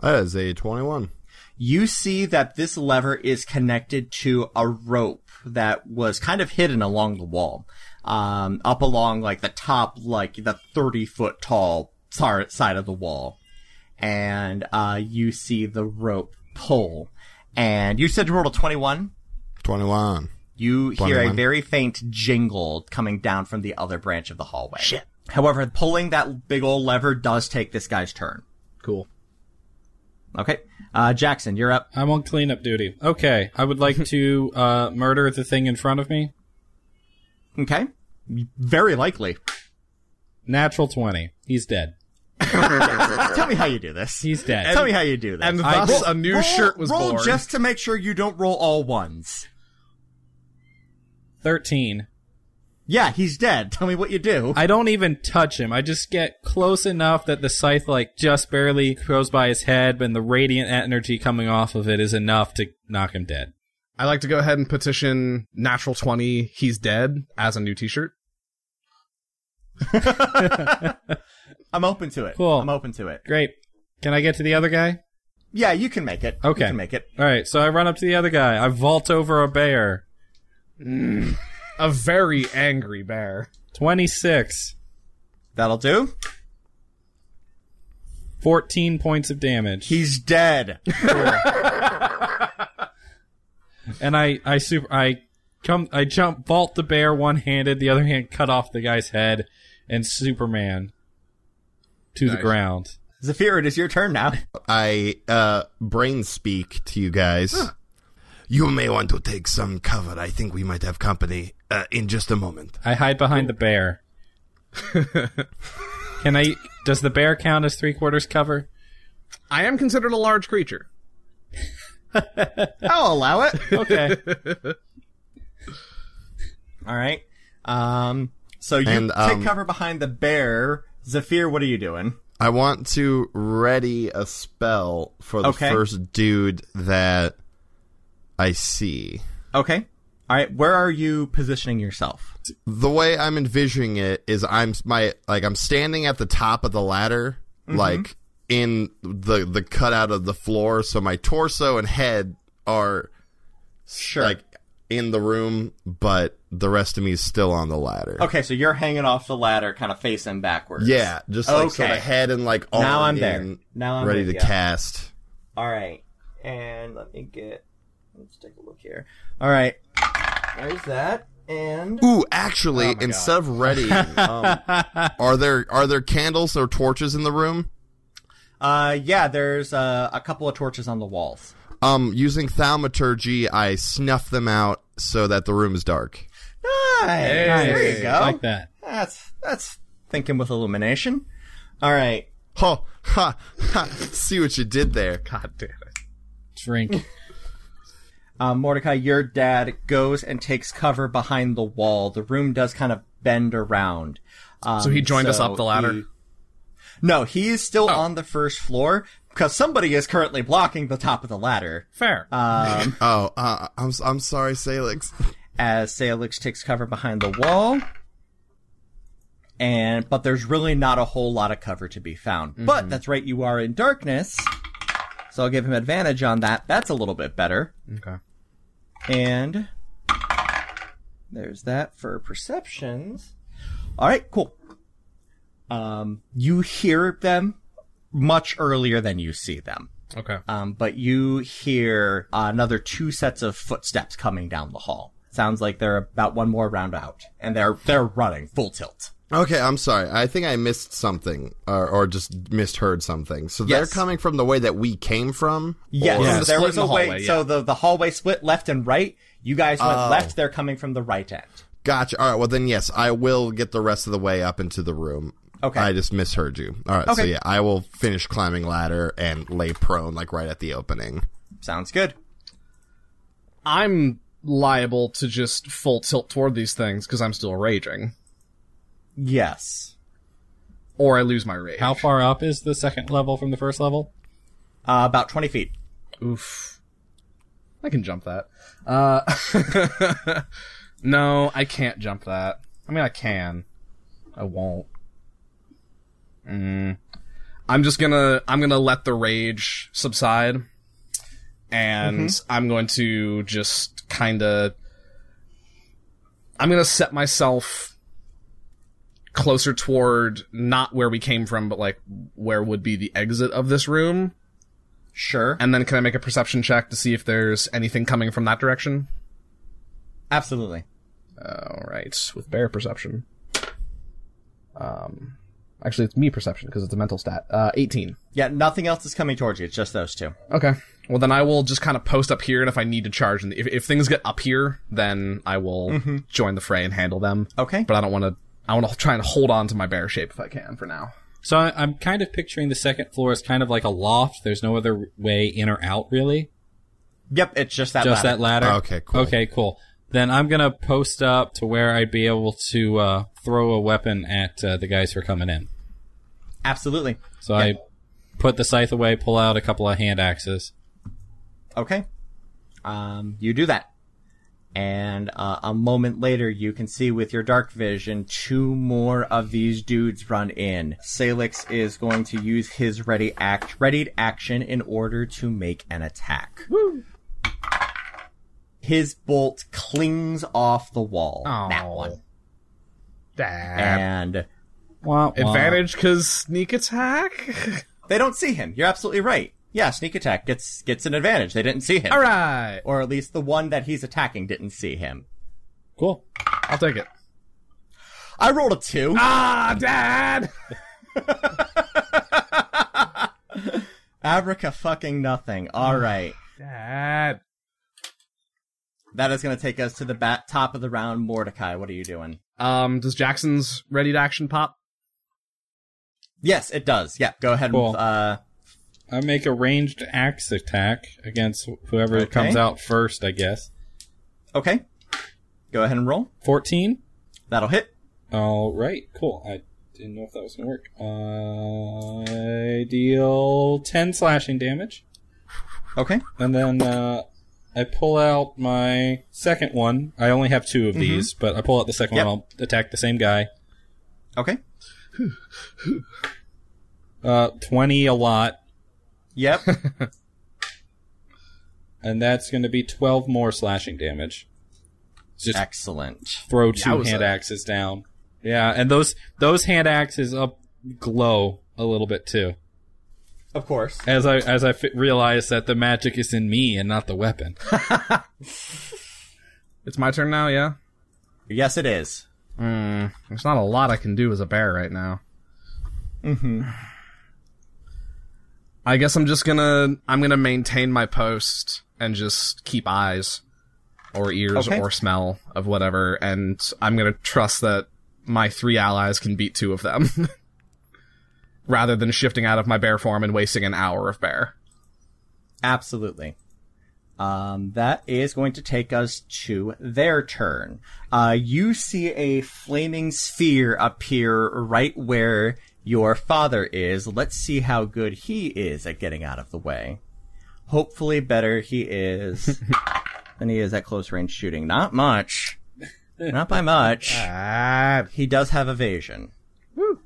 C: That is a 21.
A: You see that this lever is connected to a rope that was kind of hidden along the wall, um, up along like the top, like the thirty foot tall tar- side of the wall, and uh, you see the rope pull. And you said you rolled a twenty-one.
C: 21.
A: You hear a
C: 21.
A: very faint jingle coming down from the other branch of the hallway. Shit. However, pulling that big old lever does take this guy's turn.
B: cool.
A: Okay. Uh, Jackson, you're up.
D: I'm on cleanup duty. Okay. I would like to uh, murder the thing in front of me.
A: Okay. Very likely.
D: Natural 20. He's dead.
A: Tell me how you do this.
D: He's dead.
A: Tell me how you do this.
B: And
D: I-
B: thus
D: roll-
B: a new
A: roll,
B: shirt was
A: roll
B: born.
A: just to make sure you don't roll all ones.
D: 13.
A: Yeah, he's dead. Tell me what you do.
D: I don't even touch him. I just get close enough that the scythe like just barely goes by his head, and the radiant energy coming off of it is enough to knock him dead.
B: I like to go ahead and petition natural twenty. He's dead as a new T-shirt.
A: I'm open to it.
D: Cool.
A: I'm open to it.
D: Great. Can I get to the other guy?
A: Yeah, you can make it.
D: Okay.
A: You can make it.
D: All right. So I run up to the other guy. I vault over a bear.
B: A very angry bear.
D: 26.
A: That'll do.
D: 14 points of damage.
A: He's dead.
D: and I I super I come I jump vault the bear one handed, the other hand cut off the guy's head, and Superman to the
B: Nice.
D: ground.
A: Zephyr, it is your turn now.
C: I uh brain speak to you guys. You may want to take some cover. I think we might have company uh, in just a moment.
D: I hide behind the bear. Can I? Does the bear count as three quarters cover?
B: I am considered a large creature.
A: I'll allow it.
D: Okay.
A: All right. Um, so you
C: And, um,
A: take cover behind the bear. Zephyr, what are you doing?
C: I want to ready a spell for the
A: Okay.
C: first dude that I see.
A: Okay. All right. Where are you positioning yourself?
C: The way I'm envisioning it is I'm my like I'm standing at the top of the ladder
A: Mm-hmm.
C: like in the the cutout of the floor so my torso and head are
A: Sure.
C: like in the room but the rest of me is still on the ladder.
A: okay, so you're hanging off the ladder, kind of facing backwards.
C: Yeah, just like so
A: Okay.
C: the head and like all
A: Now I'm
C: in,
A: there. Now I'm
C: ready
A: with
C: to
A: ya.
C: cast.
A: All right. And let me get. Let's take a look here. All right. There's that. And
C: Ooh, actually, instead of ready, um, are there are there candles or torches in the room?
A: uh, yeah, there's uh, a couple of torches on the walls.
C: Um, using thaumaturgy, I snuff them out so that the room is dark.
A: Nice. There you
B: Hey.
A: go.
D: like that.
A: That's that's thinking with illumination. All right.
C: Ho, ha, ha! See what you did there.
B: God damn it.
D: Drink.
A: Uh, Mordecai, your dad goes and takes cover behind the wall. The room does kind of bend around. Um,
B: So he joined us up the ladder? Oh.
A: he- No, he is still on the first floor because somebody is currently blocking the top of the ladder.
B: Fair.
A: Um,
C: Oh, uh, I'm s- I'm sorry, Salix.
A: as Salix takes cover behind the wall. And but there's really not a whole lot of cover to be found.
B: Mm-hmm.
A: But that's right, you are in darkness. So I'll give him advantage on that. That's a little bit better.
B: okay.
A: And there's that for perceptions. All right, cool. Um, you hear them much earlier than you see them.
B: Okay.
A: Um, but you hear uh, another two sets of footsteps coming down the hall. Sounds like they're about one more round out, and they're they're running full tilt.
C: Okay, I'm sorry. I think I missed something, or, or just misheard something. So they're
A: Yes.
C: coming from the way that we came from.
A: Yes,
C: Or-
B: Yeah, Oh.
A: there
B: split
A: was
B: in
A: a
B: the
A: way.
B: hallway,
A: So the the hallway split left and right. You guys went left. They're coming from the right end.
C: Gotcha. All right. Well, then, yes, I will get the rest of the way up into the room.
A: Okay.
C: I just misheard you. All right. So,
A: Okay.
C: yeah, I will finish climbing ladder and lay prone, like right at the opening.
A: Sounds good.
B: I'm liable to just full tilt toward these things because I'm still raging.
A: Yes.
B: Or I lose my rage.
D: How far up is the second level from the first level?
A: Uh, about twenty feet.
B: Oof. I can jump that. Uh, no, I can't jump that. I mean, I can. I won't. Mm. I'm just gonna. I'm gonna let the rage subside, and I'm going to just kind of. I'm gonna set myself closer toward not where we came from, but like where would be the exit of this room.
A: Sure.
B: And then can I make a perception check to see if there's anything coming from that direction?
A: Absolutely.
B: All right, with bear perception. Um, actually, it's me perception because it's a mental stat. Uh, 18.
A: Yeah. Nothing else is coming towards you. It's just those two.
B: Okay. Well, then I will just kind of post up here, and if I need to charge, and if, if things get up here, then I will join the fray and handle them.
A: Okay.
B: But I don't want to. I want to try and hold on to my bear shape if I can for now.
D: So I, I'm kind of picturing the second floor as kind of like a loft. There's no other way in or out, really.
A: Yep. It's just that.
D: Just
A: ladder.
D: that ladder.
C: Oh, Okay, cool.
D: Okay, cool. Then I'm gonna post up to where I'd be able to uh, throw a weapon at uh, the guys who are coming in.
A: Absolutely.
D: So I put the scythe away, pull out a couple of hand axes.
A: Okay. Um, you do that. And uh, a moment later, you can see with your dark vision two more of these dudes run in. Salix is going to use his ready act, readied action in order to make an attack. Woo! His bolt clings off the wall. That
B: Aw.
A: one.
B: Dad.
A: And
D: Wah, wah.
B: Advantage because sneak attack.
A: they don't see him. You're absolutely right. Yeah, sneak attack gets gets an advantage. They didn't see him,
B: All right,
A: or at least the one that he's attacking didn't see him.
D: Cool.
B: I'll take it.
A: I rolled a two.
B: Ah, Dad.
A: Abraca fucking nothing. All right.
B: Dad.
A: That is going to take us to the bat- top of the round. Mordecai, what are you doing?
B: Um, does Jackson's ready to action pop?
A: Yes, it does. Yep, go ahead
D: Cool.
A: and uh,
D: I make a ranged axe attack against whoever
A: Okay.
D: comes out first, I guess.
A: Okay. Go ahead and roll.
D: 14?
A: That'll hit.
D: All right, cool. I didn't know if that was going to work. I deal 10 slashing damage.
A: Okay.
D: And then uh, I pull out my second one. I only have two of these, but I pull out the second
A: Yep.
D: one. I'll attack the same guy.
A: Okay.
D: Uh, 20 a lot.
A: Yep.
D: And that's going to be 12 more slashing damage. Just
A: Excellent.
D: throw two
B: Yowza.
D: hand axes down. Yeah, and those those hand axes up glow a little bit too.
A: Of course.
D: As I as I f- realize that the magic is in me and not the weapon.
B: It's my turn now, yeah?
A: Yes, it is.
B: Mm, there's not a lot I can do as a bear right now. Mm-hmm. I guess I'm just gonna I'm gonna maintain my post and just keep eyes or ears
A: Okay.
B: or smell of whatever, and I'm gonna trust that my three allies can beat two of them. Rather than shifting out of my bear form and wasting an hour of bear.
A: Absolutely. Um, that is going to take us to their turn. Uh, you see a flaming sphere appear right where your father is. Let's see how good he is at getting out of the way. Hopefully, better he is than he is at close range shooting. Not much. Not by much.
B: Ah,
A: He does have evasion. Woo.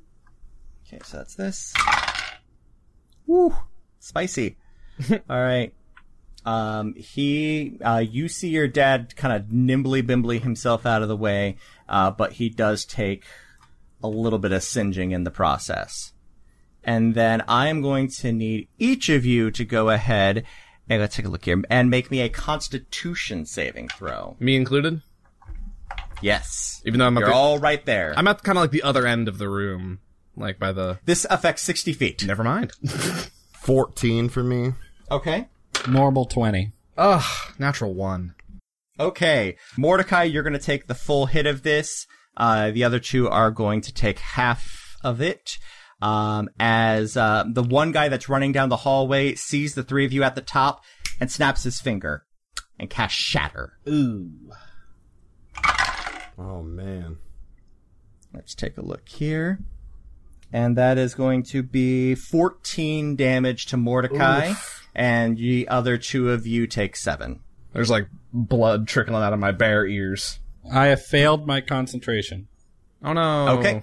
A: Okay, so that's this. Woo. Spicy. All right. Um, he, uh, you see your dad kind of nimbly bimbly himself out of the way, uh, but he does take a little bit of singeing in the process. And then I am going to need each of you to go ahead and let's take a look here and make me a constitution saving throw.
B: me included?
A: Yes.
B: Even though I'm at
A: You're
B: the,
A: all right there.
B: I'm at kinda like the other end of the room. Like by the
A: This affects 60 feet.
B: Never mind.
C: 14 for me.
A: Okay.
D: Normal 20.
B: Ugh, natural one.
A: Okay. Mordecai, you're going to take the full hit of this. Uh, the other two are going to take half of it. Um, as uh, the one guy that's running down the hallway sees the three of you at the top and snaps his finger and casts Shatter.
C: Oh, man.
A: Let's take a look here. And that is going to be 14 damage to Mordecai. And the other two of you take seven.
B: There's like blood trickling out of my bare ears.
D: I have failed my concentration,
B: Oh no.
A: Okay.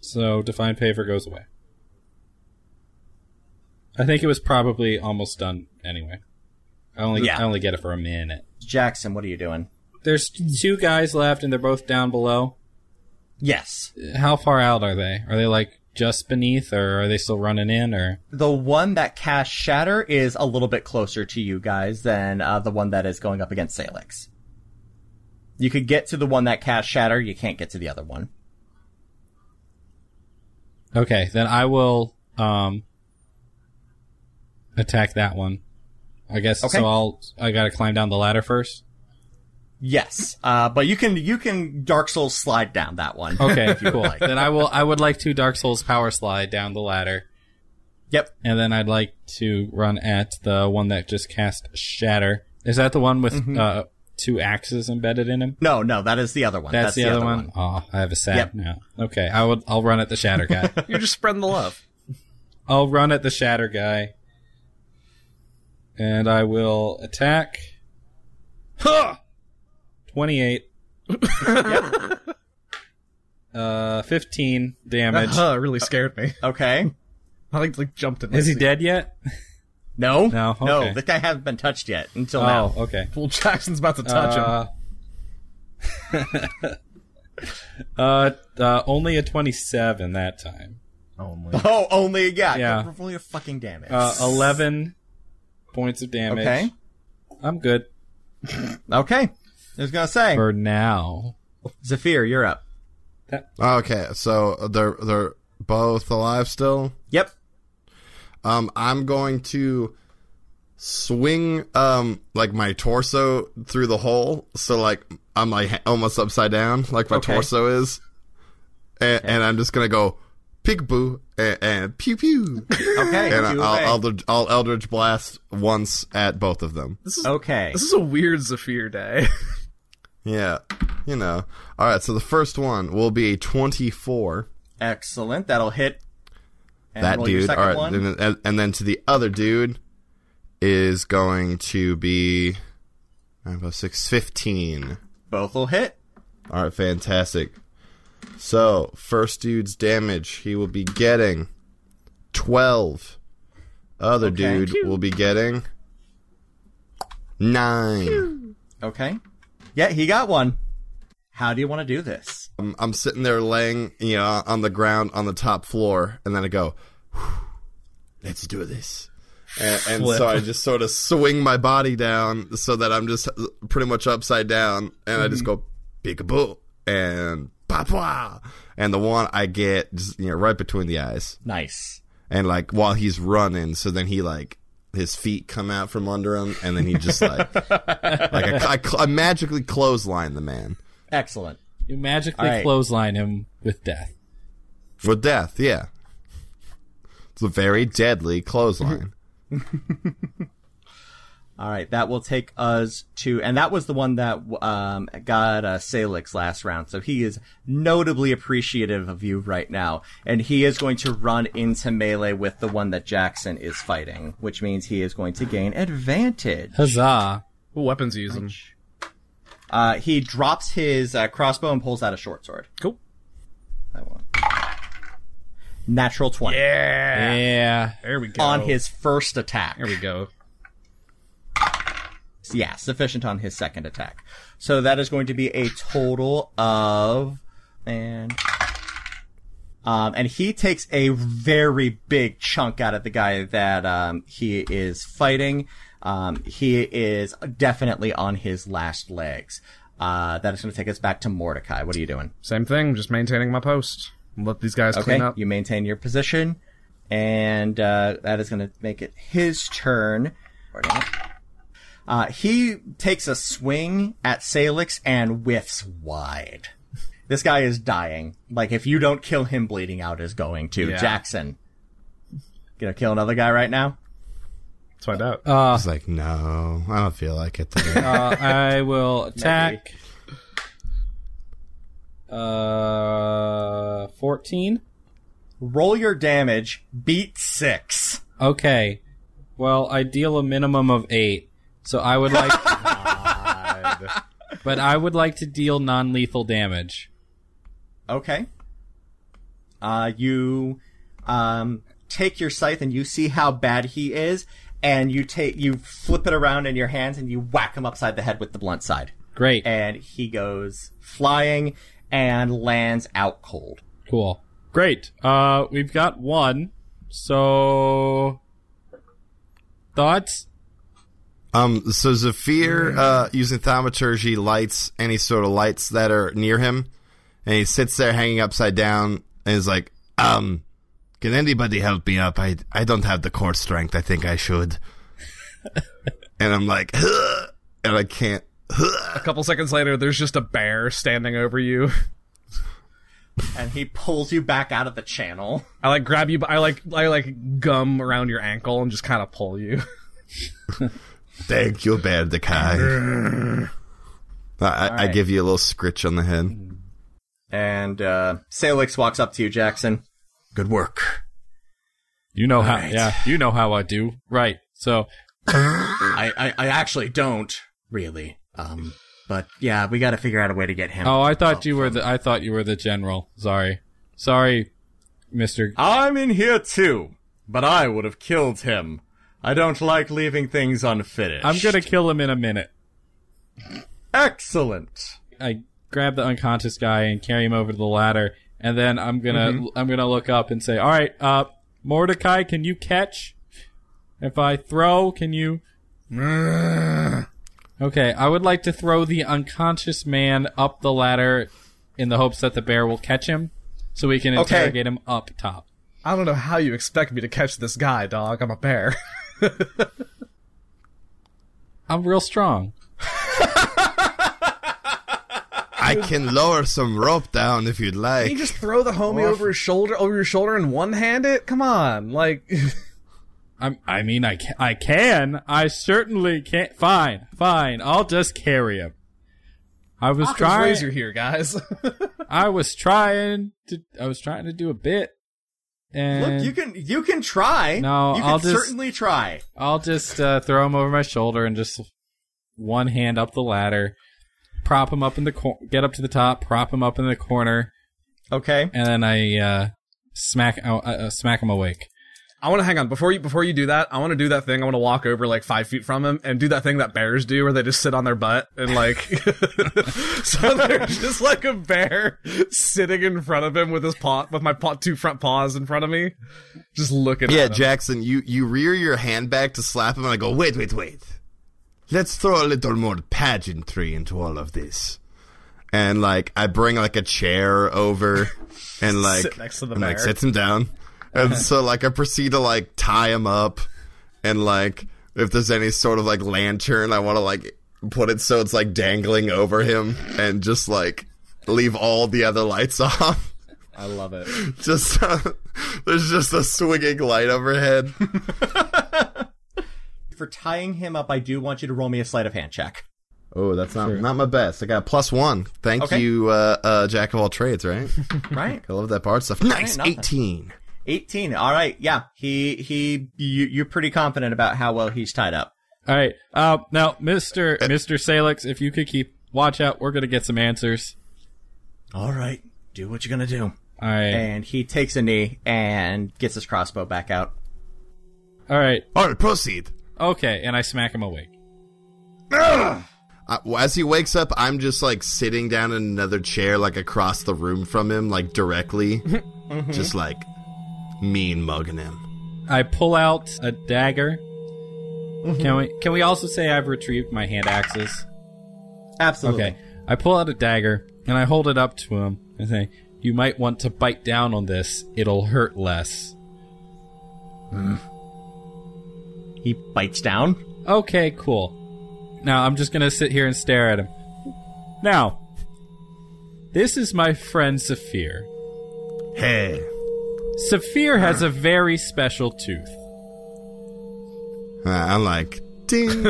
D: so Divine Favor goes away. I think it was probably almost done anyway. I only
A: Yeah.
D: I only get it for a minute.
A: Jackson, what are you doing?
D: There's two guys left and they're both down below.
A: Yes.
D: How far out are they? Are they like just beneath or are they still running in or
A: The one that cast Shatter is a little bit closer to you guys than uh, the one that is going up against Salix. You could get to the one that cast Shatter, you can't get to the other one.
D: Okay, then I will um attack that one. I guess
A: Okay.
D: so I'll I gotta climb down the ladder first.
A: Yes, uh, but you can you can Dark Souls slide down that one.
D: Okay, cool. then I will I would like to Dark Souls power slide down the ladder.
A: Yep.
D: And then I'd like to run at the one that just cast Shatter. Is that the one with uh two axes embedded in him?
A: No, no, that is the other one.
D: That's, the, other, one. Oh, I have a sad
A: Yep.
D: now. Okay, I would I'll run at the Shatter guy.
B: You're just spreading the love.
D: I'll run at the shatter guy. And I will attack. Huh! 28. uh, 15 damage.
B: Huh, really scared me.
A: Okay.
B: I like like jumped in. my
D: Is he
B: seat.
D: dead yet?
A: No.
D: No, okay.
A: No, the guy hasn't been touched yet until
D: Oh,
A: now.
D: okay.
B: Well, Jackson's about to touch him.
D: Uh, uh, uh, only a 27 that time.
A: Oh, only yeah,
D: Yeah.
A: only a fucking damage.
D: Uh, 11 points of damage.
A: Okay.
D: I'm good
A: okay. I was gonna say,
D: for now.
A: Zephyr, you're up.
C: Okay, so they're they're both alive still.
A: Yep.
C: Um, I'm going to swing um like my torso through the hole. So like I'm like almost upside down, like my
A: Okay.
C: torso is, and, and I'm just gonna go peekaboo, and, and pew pew.
A: Okay.
C: and I'll,
A: you
C: I'll,
A: may.
C: Eldridge, I'll Eldridge Blast once at both of them.
B: This is
A: okay.
B: this is a weird Zephyr day.
C: Yeah, you know. All right, so the first one will be a 24.
A: Excellent. That'll hit. And
C: that
A: roll
C: dude.
A: Your second
C: all right,
A: one.
C: And, then- and then to the other dude is going to be 9 plus 6, 15.
A: Both will hit.
C: All right, fantastic. So, first dude's damage, he will be getting 12. Other dude will be getting 9.
A: Okay. Yeah, he got one. How do you want to do this?
C: I'm, I'm sitting there laying, you know, on the ground on the top floor, and then I go, "Whew, let's do this. And, and
B: Flip.
C: so I just sort of swing my body down so that I'm just uh, pretty much upside down, and I just go, peekaboo, and papa. And the one I get, just, you know, right between the eyes.
A: Nice.
C: And like while he's running, so then he like, his feet come out from under him, and then he just like, like I, I, I magically clothesline the man.
A: Excellent.
D: You magically
A: All right.
D: clothesline him with death.
C: For death, yeah. It's a very deadly clothesline.
A: All right, that will take us to, and that was the one that um, got uh, Salix last round. So he is notably appreciative of you right now, and he is going to run into melee with the one that Jackson is fighting, which means he is going to gain advantage.
D: Huzzah.
B: What weapons you using?
A: Uh, he drops his uh, crossbow and pulls out a short sword.
B: Cool.
A: That one. Natural twenty
B: Yeah.
D: Yeah.
B: There we go.
A: on his first attack.
B: There we go.
A: yeah, sufficient on his second attack. So that is going to be a total of and um, and he takes a very big chunk out of the guy that um, he is fighting. Um, he is definitely on his last legs. Uh, that is going to take us back to Mordecai. What are you doing?
B: Same thing. Just maintaining my post. Let these guys
A: Okay,
B: clean up.
A: you maintain your position, and uh, that is going to make it his turn. Or not. Uh, he takes a swing at Salix and whiffs wide. This guy is dying. Like if you don't kill him, bleeding out is going to
B: Yeah.
A: Jackson. Gonna kill another guy right now.
B: Let's find out.
C: I was like, no, I don't feel like it. today."
D: Uh, I will attack. Uh, 14.
A: Roll your damage. Beat six.
D: Okay. Well, I deal a minimum of eight, so I would like. but I would like to deal non-lethal damage.
A: Okay. Uh, you um, take your scythe and you see how bad he is, and you take you flip it around in your hands and you whack him upside the head with the blunt side,
D: Great.
A: and he goes flying and lands out cold.
D: Cool. Great. Uh, we've got one. So, thoughts?
C: um, so Zephyr, uh, using thaumaturgy, lights any sort of lights that are near him, and he sits there hanging upside down, and is like, um, can anybody help me up? I I don't have the core strength. I think I should. and I'm like, and I can't.
B: A couple seconds later, there's just a bear standing over you.
A: And he pulls you back out of the channel.
B: I like grab you. by- I like I like gum around your ankle and just kind of pull you.
C: Thank you, Bear the I, I, I give you a little scritch on the head.
A: And uh, Salix walks up to you, Jackson. Good work.
D: You know how?
A: right.
D: Yeah, you know how I do. Right. So,
A: I, I, I actually don't really. Um, but yeah, we got to figure out a way to get him.
D: oh, I thought you were the. I thought you were the general. Sorry. Sorry, Mister.
A: I'm in here too, but I would have killed him. I don't like leaving things unfinished.
D: I'm gonna kill him in a minute.
A: Excellent.
D: I grab the unconscious guy and carry him over to the ladder, and then I'm gonna I'm gonna look up and say, "All right, uh, Mordecai, can you catch? If I throw, can you?" okay, I would like to throw the unconscious man up the ladder in the hopes that the bear will catch him, so we can
A: Okay.
D: interrogate him up top.
B: I don't know how you expect me to catch this guy, dog. I'm a bear.
D: I'm real strong.
C: I I can lower some rope down if you'd
B: You
C: like.
B: just throw the homie over his shoulder, over your shoulder, and one hand it. Come on, like
D: I'm, I mean, I can, I can. I certainly can. Fine, fine. I'll just carry him. I was
B: Try.
D: trying.
B: razor here, guys.
D: I was trying to. I was trying to do a bit. And
A: Look, you can you can try.
D: Eh. No,
A: you can
D: I'll just-
A: certainly try.
D: I'll just uh, throw him over my shoulder and just one hand up the ladder, prop him up in the cor- get up to the top, prop him up in the corner,
A: Okay.
D: and then I uh, smack uh, uh, smack him awake.
B: I want to hang on before you before you do that. I want to do that thing. I want to walk over like five feet from him and do that thing that bears do, where they just sit on their butt and like, so they're just like a bear sitting in front of him with his paw, with my paw, two front paws in front of me, just looking.
C: Yeah,
B: at him.
C: Jackson, you, you rear your hand back to slap him, and I go, wait, wait, wait. Let's throw a little more pageantry into all of this. And like, I bring like a chair over, and like,
B: next to the
C: and, like
B: bear.
C: sits him down, and so like I proceed to like tie him up, and like if there's any sort of like lantern, I want to like put it so it's like dangling over him, and just like leave all the other lights off
A: I love it.
C: just uh, there's just a swinging light overhead.
A: For tying him up, I do want you to roll me a sleight of hand check.
C: oh, that's not not my best. I got a plus one. Thank
A: Okay.
C: you, uh, uh, jack of all trades. Right,
A: Right.
C: I love that bard stuff. Nice,
A: nothing.
C: eighteen.
A: 18. All right. Yeah. He he you, you're pretty confident about how well he's tied up.
D: All right, uh, now Mister
A: Uh,
D: Mister Salix, if you could keep watch out, we're gonna get some answers.
A: All right. Do what you're going to do.
D: All right,
A: And he takes a knee and gets his crossbow back out.
D: all right,
C: All right, proceed.
D: okay, and I smack him awake.
C: Uh, well, as he wakes up, I'm just like sitting down in another chair, like across the room from him, like directly, just like mean mugging him.
D: I pull out a dagger. Can we can we also say I've retrieved my hand axes?
A: Absolutely.
D: Okay. I pull out a dagger and I hold it up to him and say, You might want to bite down on this. It'll hurt less.
A: He bites down.
D: Okay, cool. Now I'm just going to sit here and stare at him. Now, this is my friend Saphir.
C: Hey,
D: Saphir has a very special tooth.
C: Uh, I'm like ding.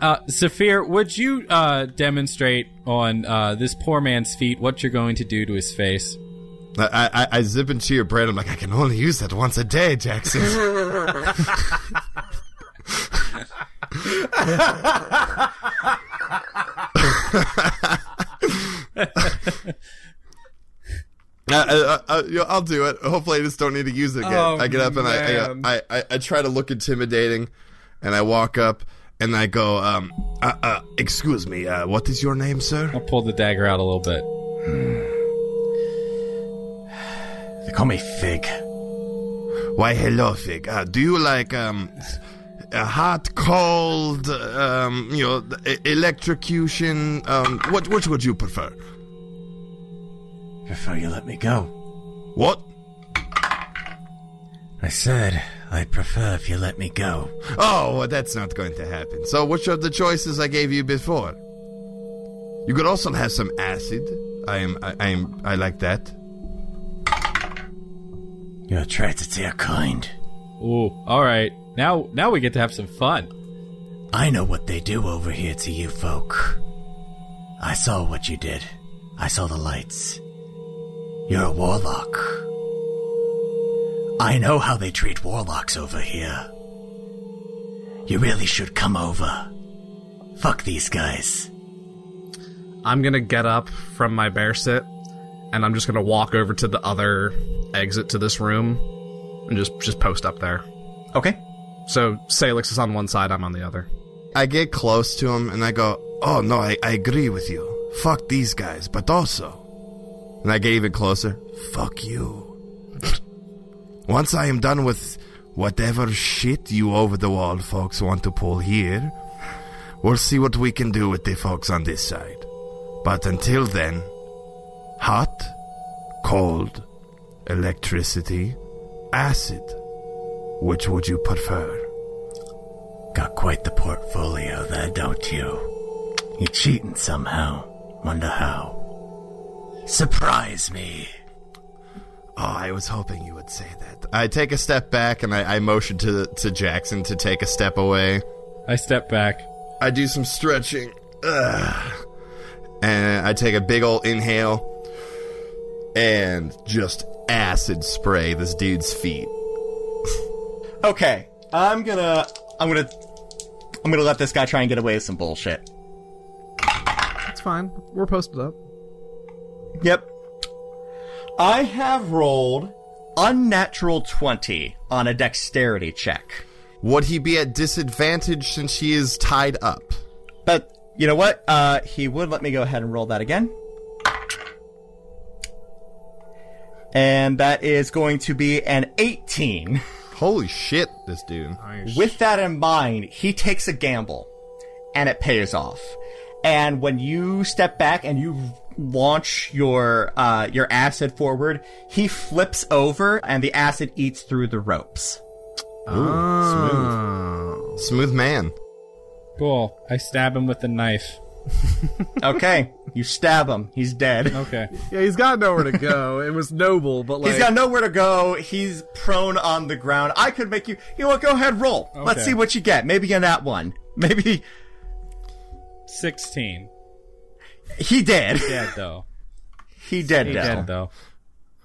D: Uh, Saphir, would you uh, demonstrate on uh, this poor man's feet what you're going to do to his face?
C: I, I I zip into your brain. I'm like, I can only use that once a day, Jackson. I, I, I, will do it. Hopefully, I just don't need to use it again.
B: Oh,
C: I get up and I,
B: man.
C: I, I, I, I try to look intimidating, and I walk up and I go, um, uh, uh, excuse me, uh, what is your name, sir?
D: I'll pull the dagger out a little bit.
A: They call me Fig.
C: Why, hello, Fig. Uh, do you like um, a hot, cold, um, you know, e- electrocution? Um, what which would you prefer?
A: Prefer you let me go.
C: What?
A: I said I'd prefer if you let me go.
C: Oh, well, that's not going to happen. So, which of the choices I gave you before? You could also have some acid. I am, I, I am, I like that.
A: You're a traitor to your kind.
D: Ooh, all right. Now, now we get to have some fun.
A: I know what they do over here to you folk. I saw what you did. I saw the lights. You're a warlock. I know how they treat warlocks over here. You really should come over. Fuck these guys.
B: I'm gonna get up from my bear sit, and I'm just gonna walk over to the other exit to this room, and just just post up there.
A: Okay.
B: So Salix is on one side, I'm on the other.
C: I get close to him and I go, Oh no, I, I agree with you. Fuck these guys, but also. And I get even closer, Fuck you. Once I am done with whatever shit you over the wall folks want to pull here, we'll see what we can do with the folks on this side. But until then, hot, cold, electricity, acid. Which would you prefer?
A: Got quite the portfolio there, don't you? You're cheating somehow.
E: Wonder how. Surprise me.
C: Oh, I was hoping you would say that. I take a step back and I, I motion to to Jackson to take a step away.
D: I step back.
C: I do some stretching. Ugh. And I take a big old inhale and just acid spray this dude's feet.
A: Okay, I'm gonna, I'm gonna, I'm gonna let this guy try and get away with some bullshit.
B: It's fine. We're posted up.
A: Yep. I have rolled unnatural 20 on a dexterity check.
C: Would he be at disadvantage since he is tied up?
A: But you know what? Uh, he would let me go ahead and roll that again. And that is going to be an 18.
C: Holy shit, this dude.
A: With that in mind, he takes a gamble and it pays off. And when you step back and you launch your uh, your acid forward, he flips over and the acid eats through the ropes.
C: Ooh, smooth. Smooth man.
D: Cool. I stab him with a knife.
A: Okay, you stab him. He's dead.
D: Okay.
B: Yeah, he's got nowhere to go. it was noble, but like
A: He's got nowhere to go. He's prone on the ground. I could make you. You know what? Go ahead, roll. Let's
D: Okay.
A: see what you get. Maybe you're not one. Maybe
D: 16.
A: he dead.
D: Dead, though.
A: He dead
D: He
A: now.
D: dead, though.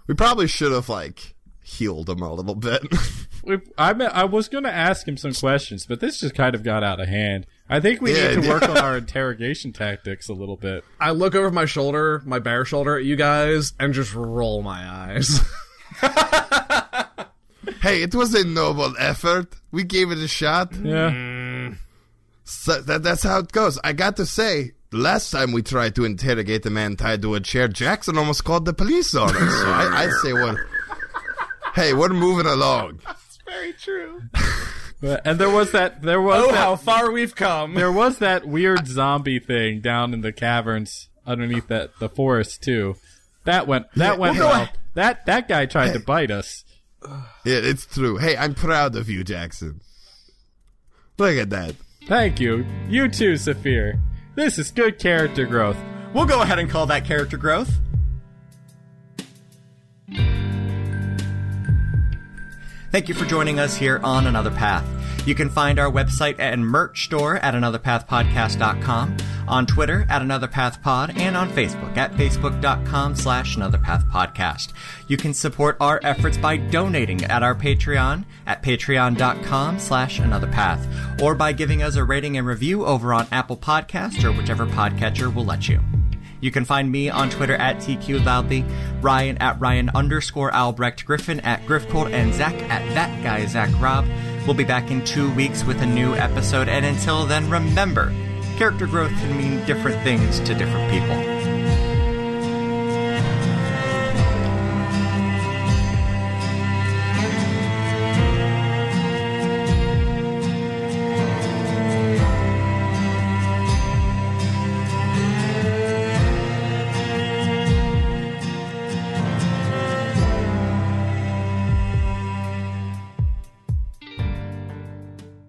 C: We probably should have like healed him a little bit.
D: We, I, meant, I was going to ask him some questions, but this just kind of got out of hand. I think we
C: Yeah, it
D: need
C: did.
D: to work on our interrogation tactics a little bit.
B: I look over my shoulder, my bare shoulder at you guys, and just roll my eyes.
C: hey, it was a noble effort. We gave it a shot. Mm.
D: Yeah.
C: So that, that's how it goes. I got to say, last time we tried to interrogate a man tied to a chair, Jackson almost called the police on us. So I, I say, well, hey, we're moving along.
D: But, and there was that. There was
B: oh,
D: that,
B: how far we've come!
D: there was that weird zombie thing down in the caverns underneath that the forest too. That went that went
C: we'll go
D: well.
C: ahead.
D: That that guy tried to bite us.
C: Yeah, it's true. Hey, I'm proud of you, Jackson. Look at that.
D: Thank you. You too, Saphir. This is good character growth.
A: We'll go ahead and call that character growth. Thank you for joining us here on Another Path. You can find our website and merch store at anotherpathpodcast.com, on Twitter at anotherpathpod, and on Facebook at facebook.com slash anotherpathpodcast. You can support our efforts by donating at our Patreon at patreon.com slash anotherpath, or by giving us a rating and review over on Apple Podcasts or whichever podcatcher will let you. You can find me on Twitter at TQ Loudly, Ryan at Ryan underscore Albrecht Griffin at Griffcold, and Zach at that guy Zach Rob. We'll be back in two weeks with a new episode, and until then, remember, character growth can mean different things to different people.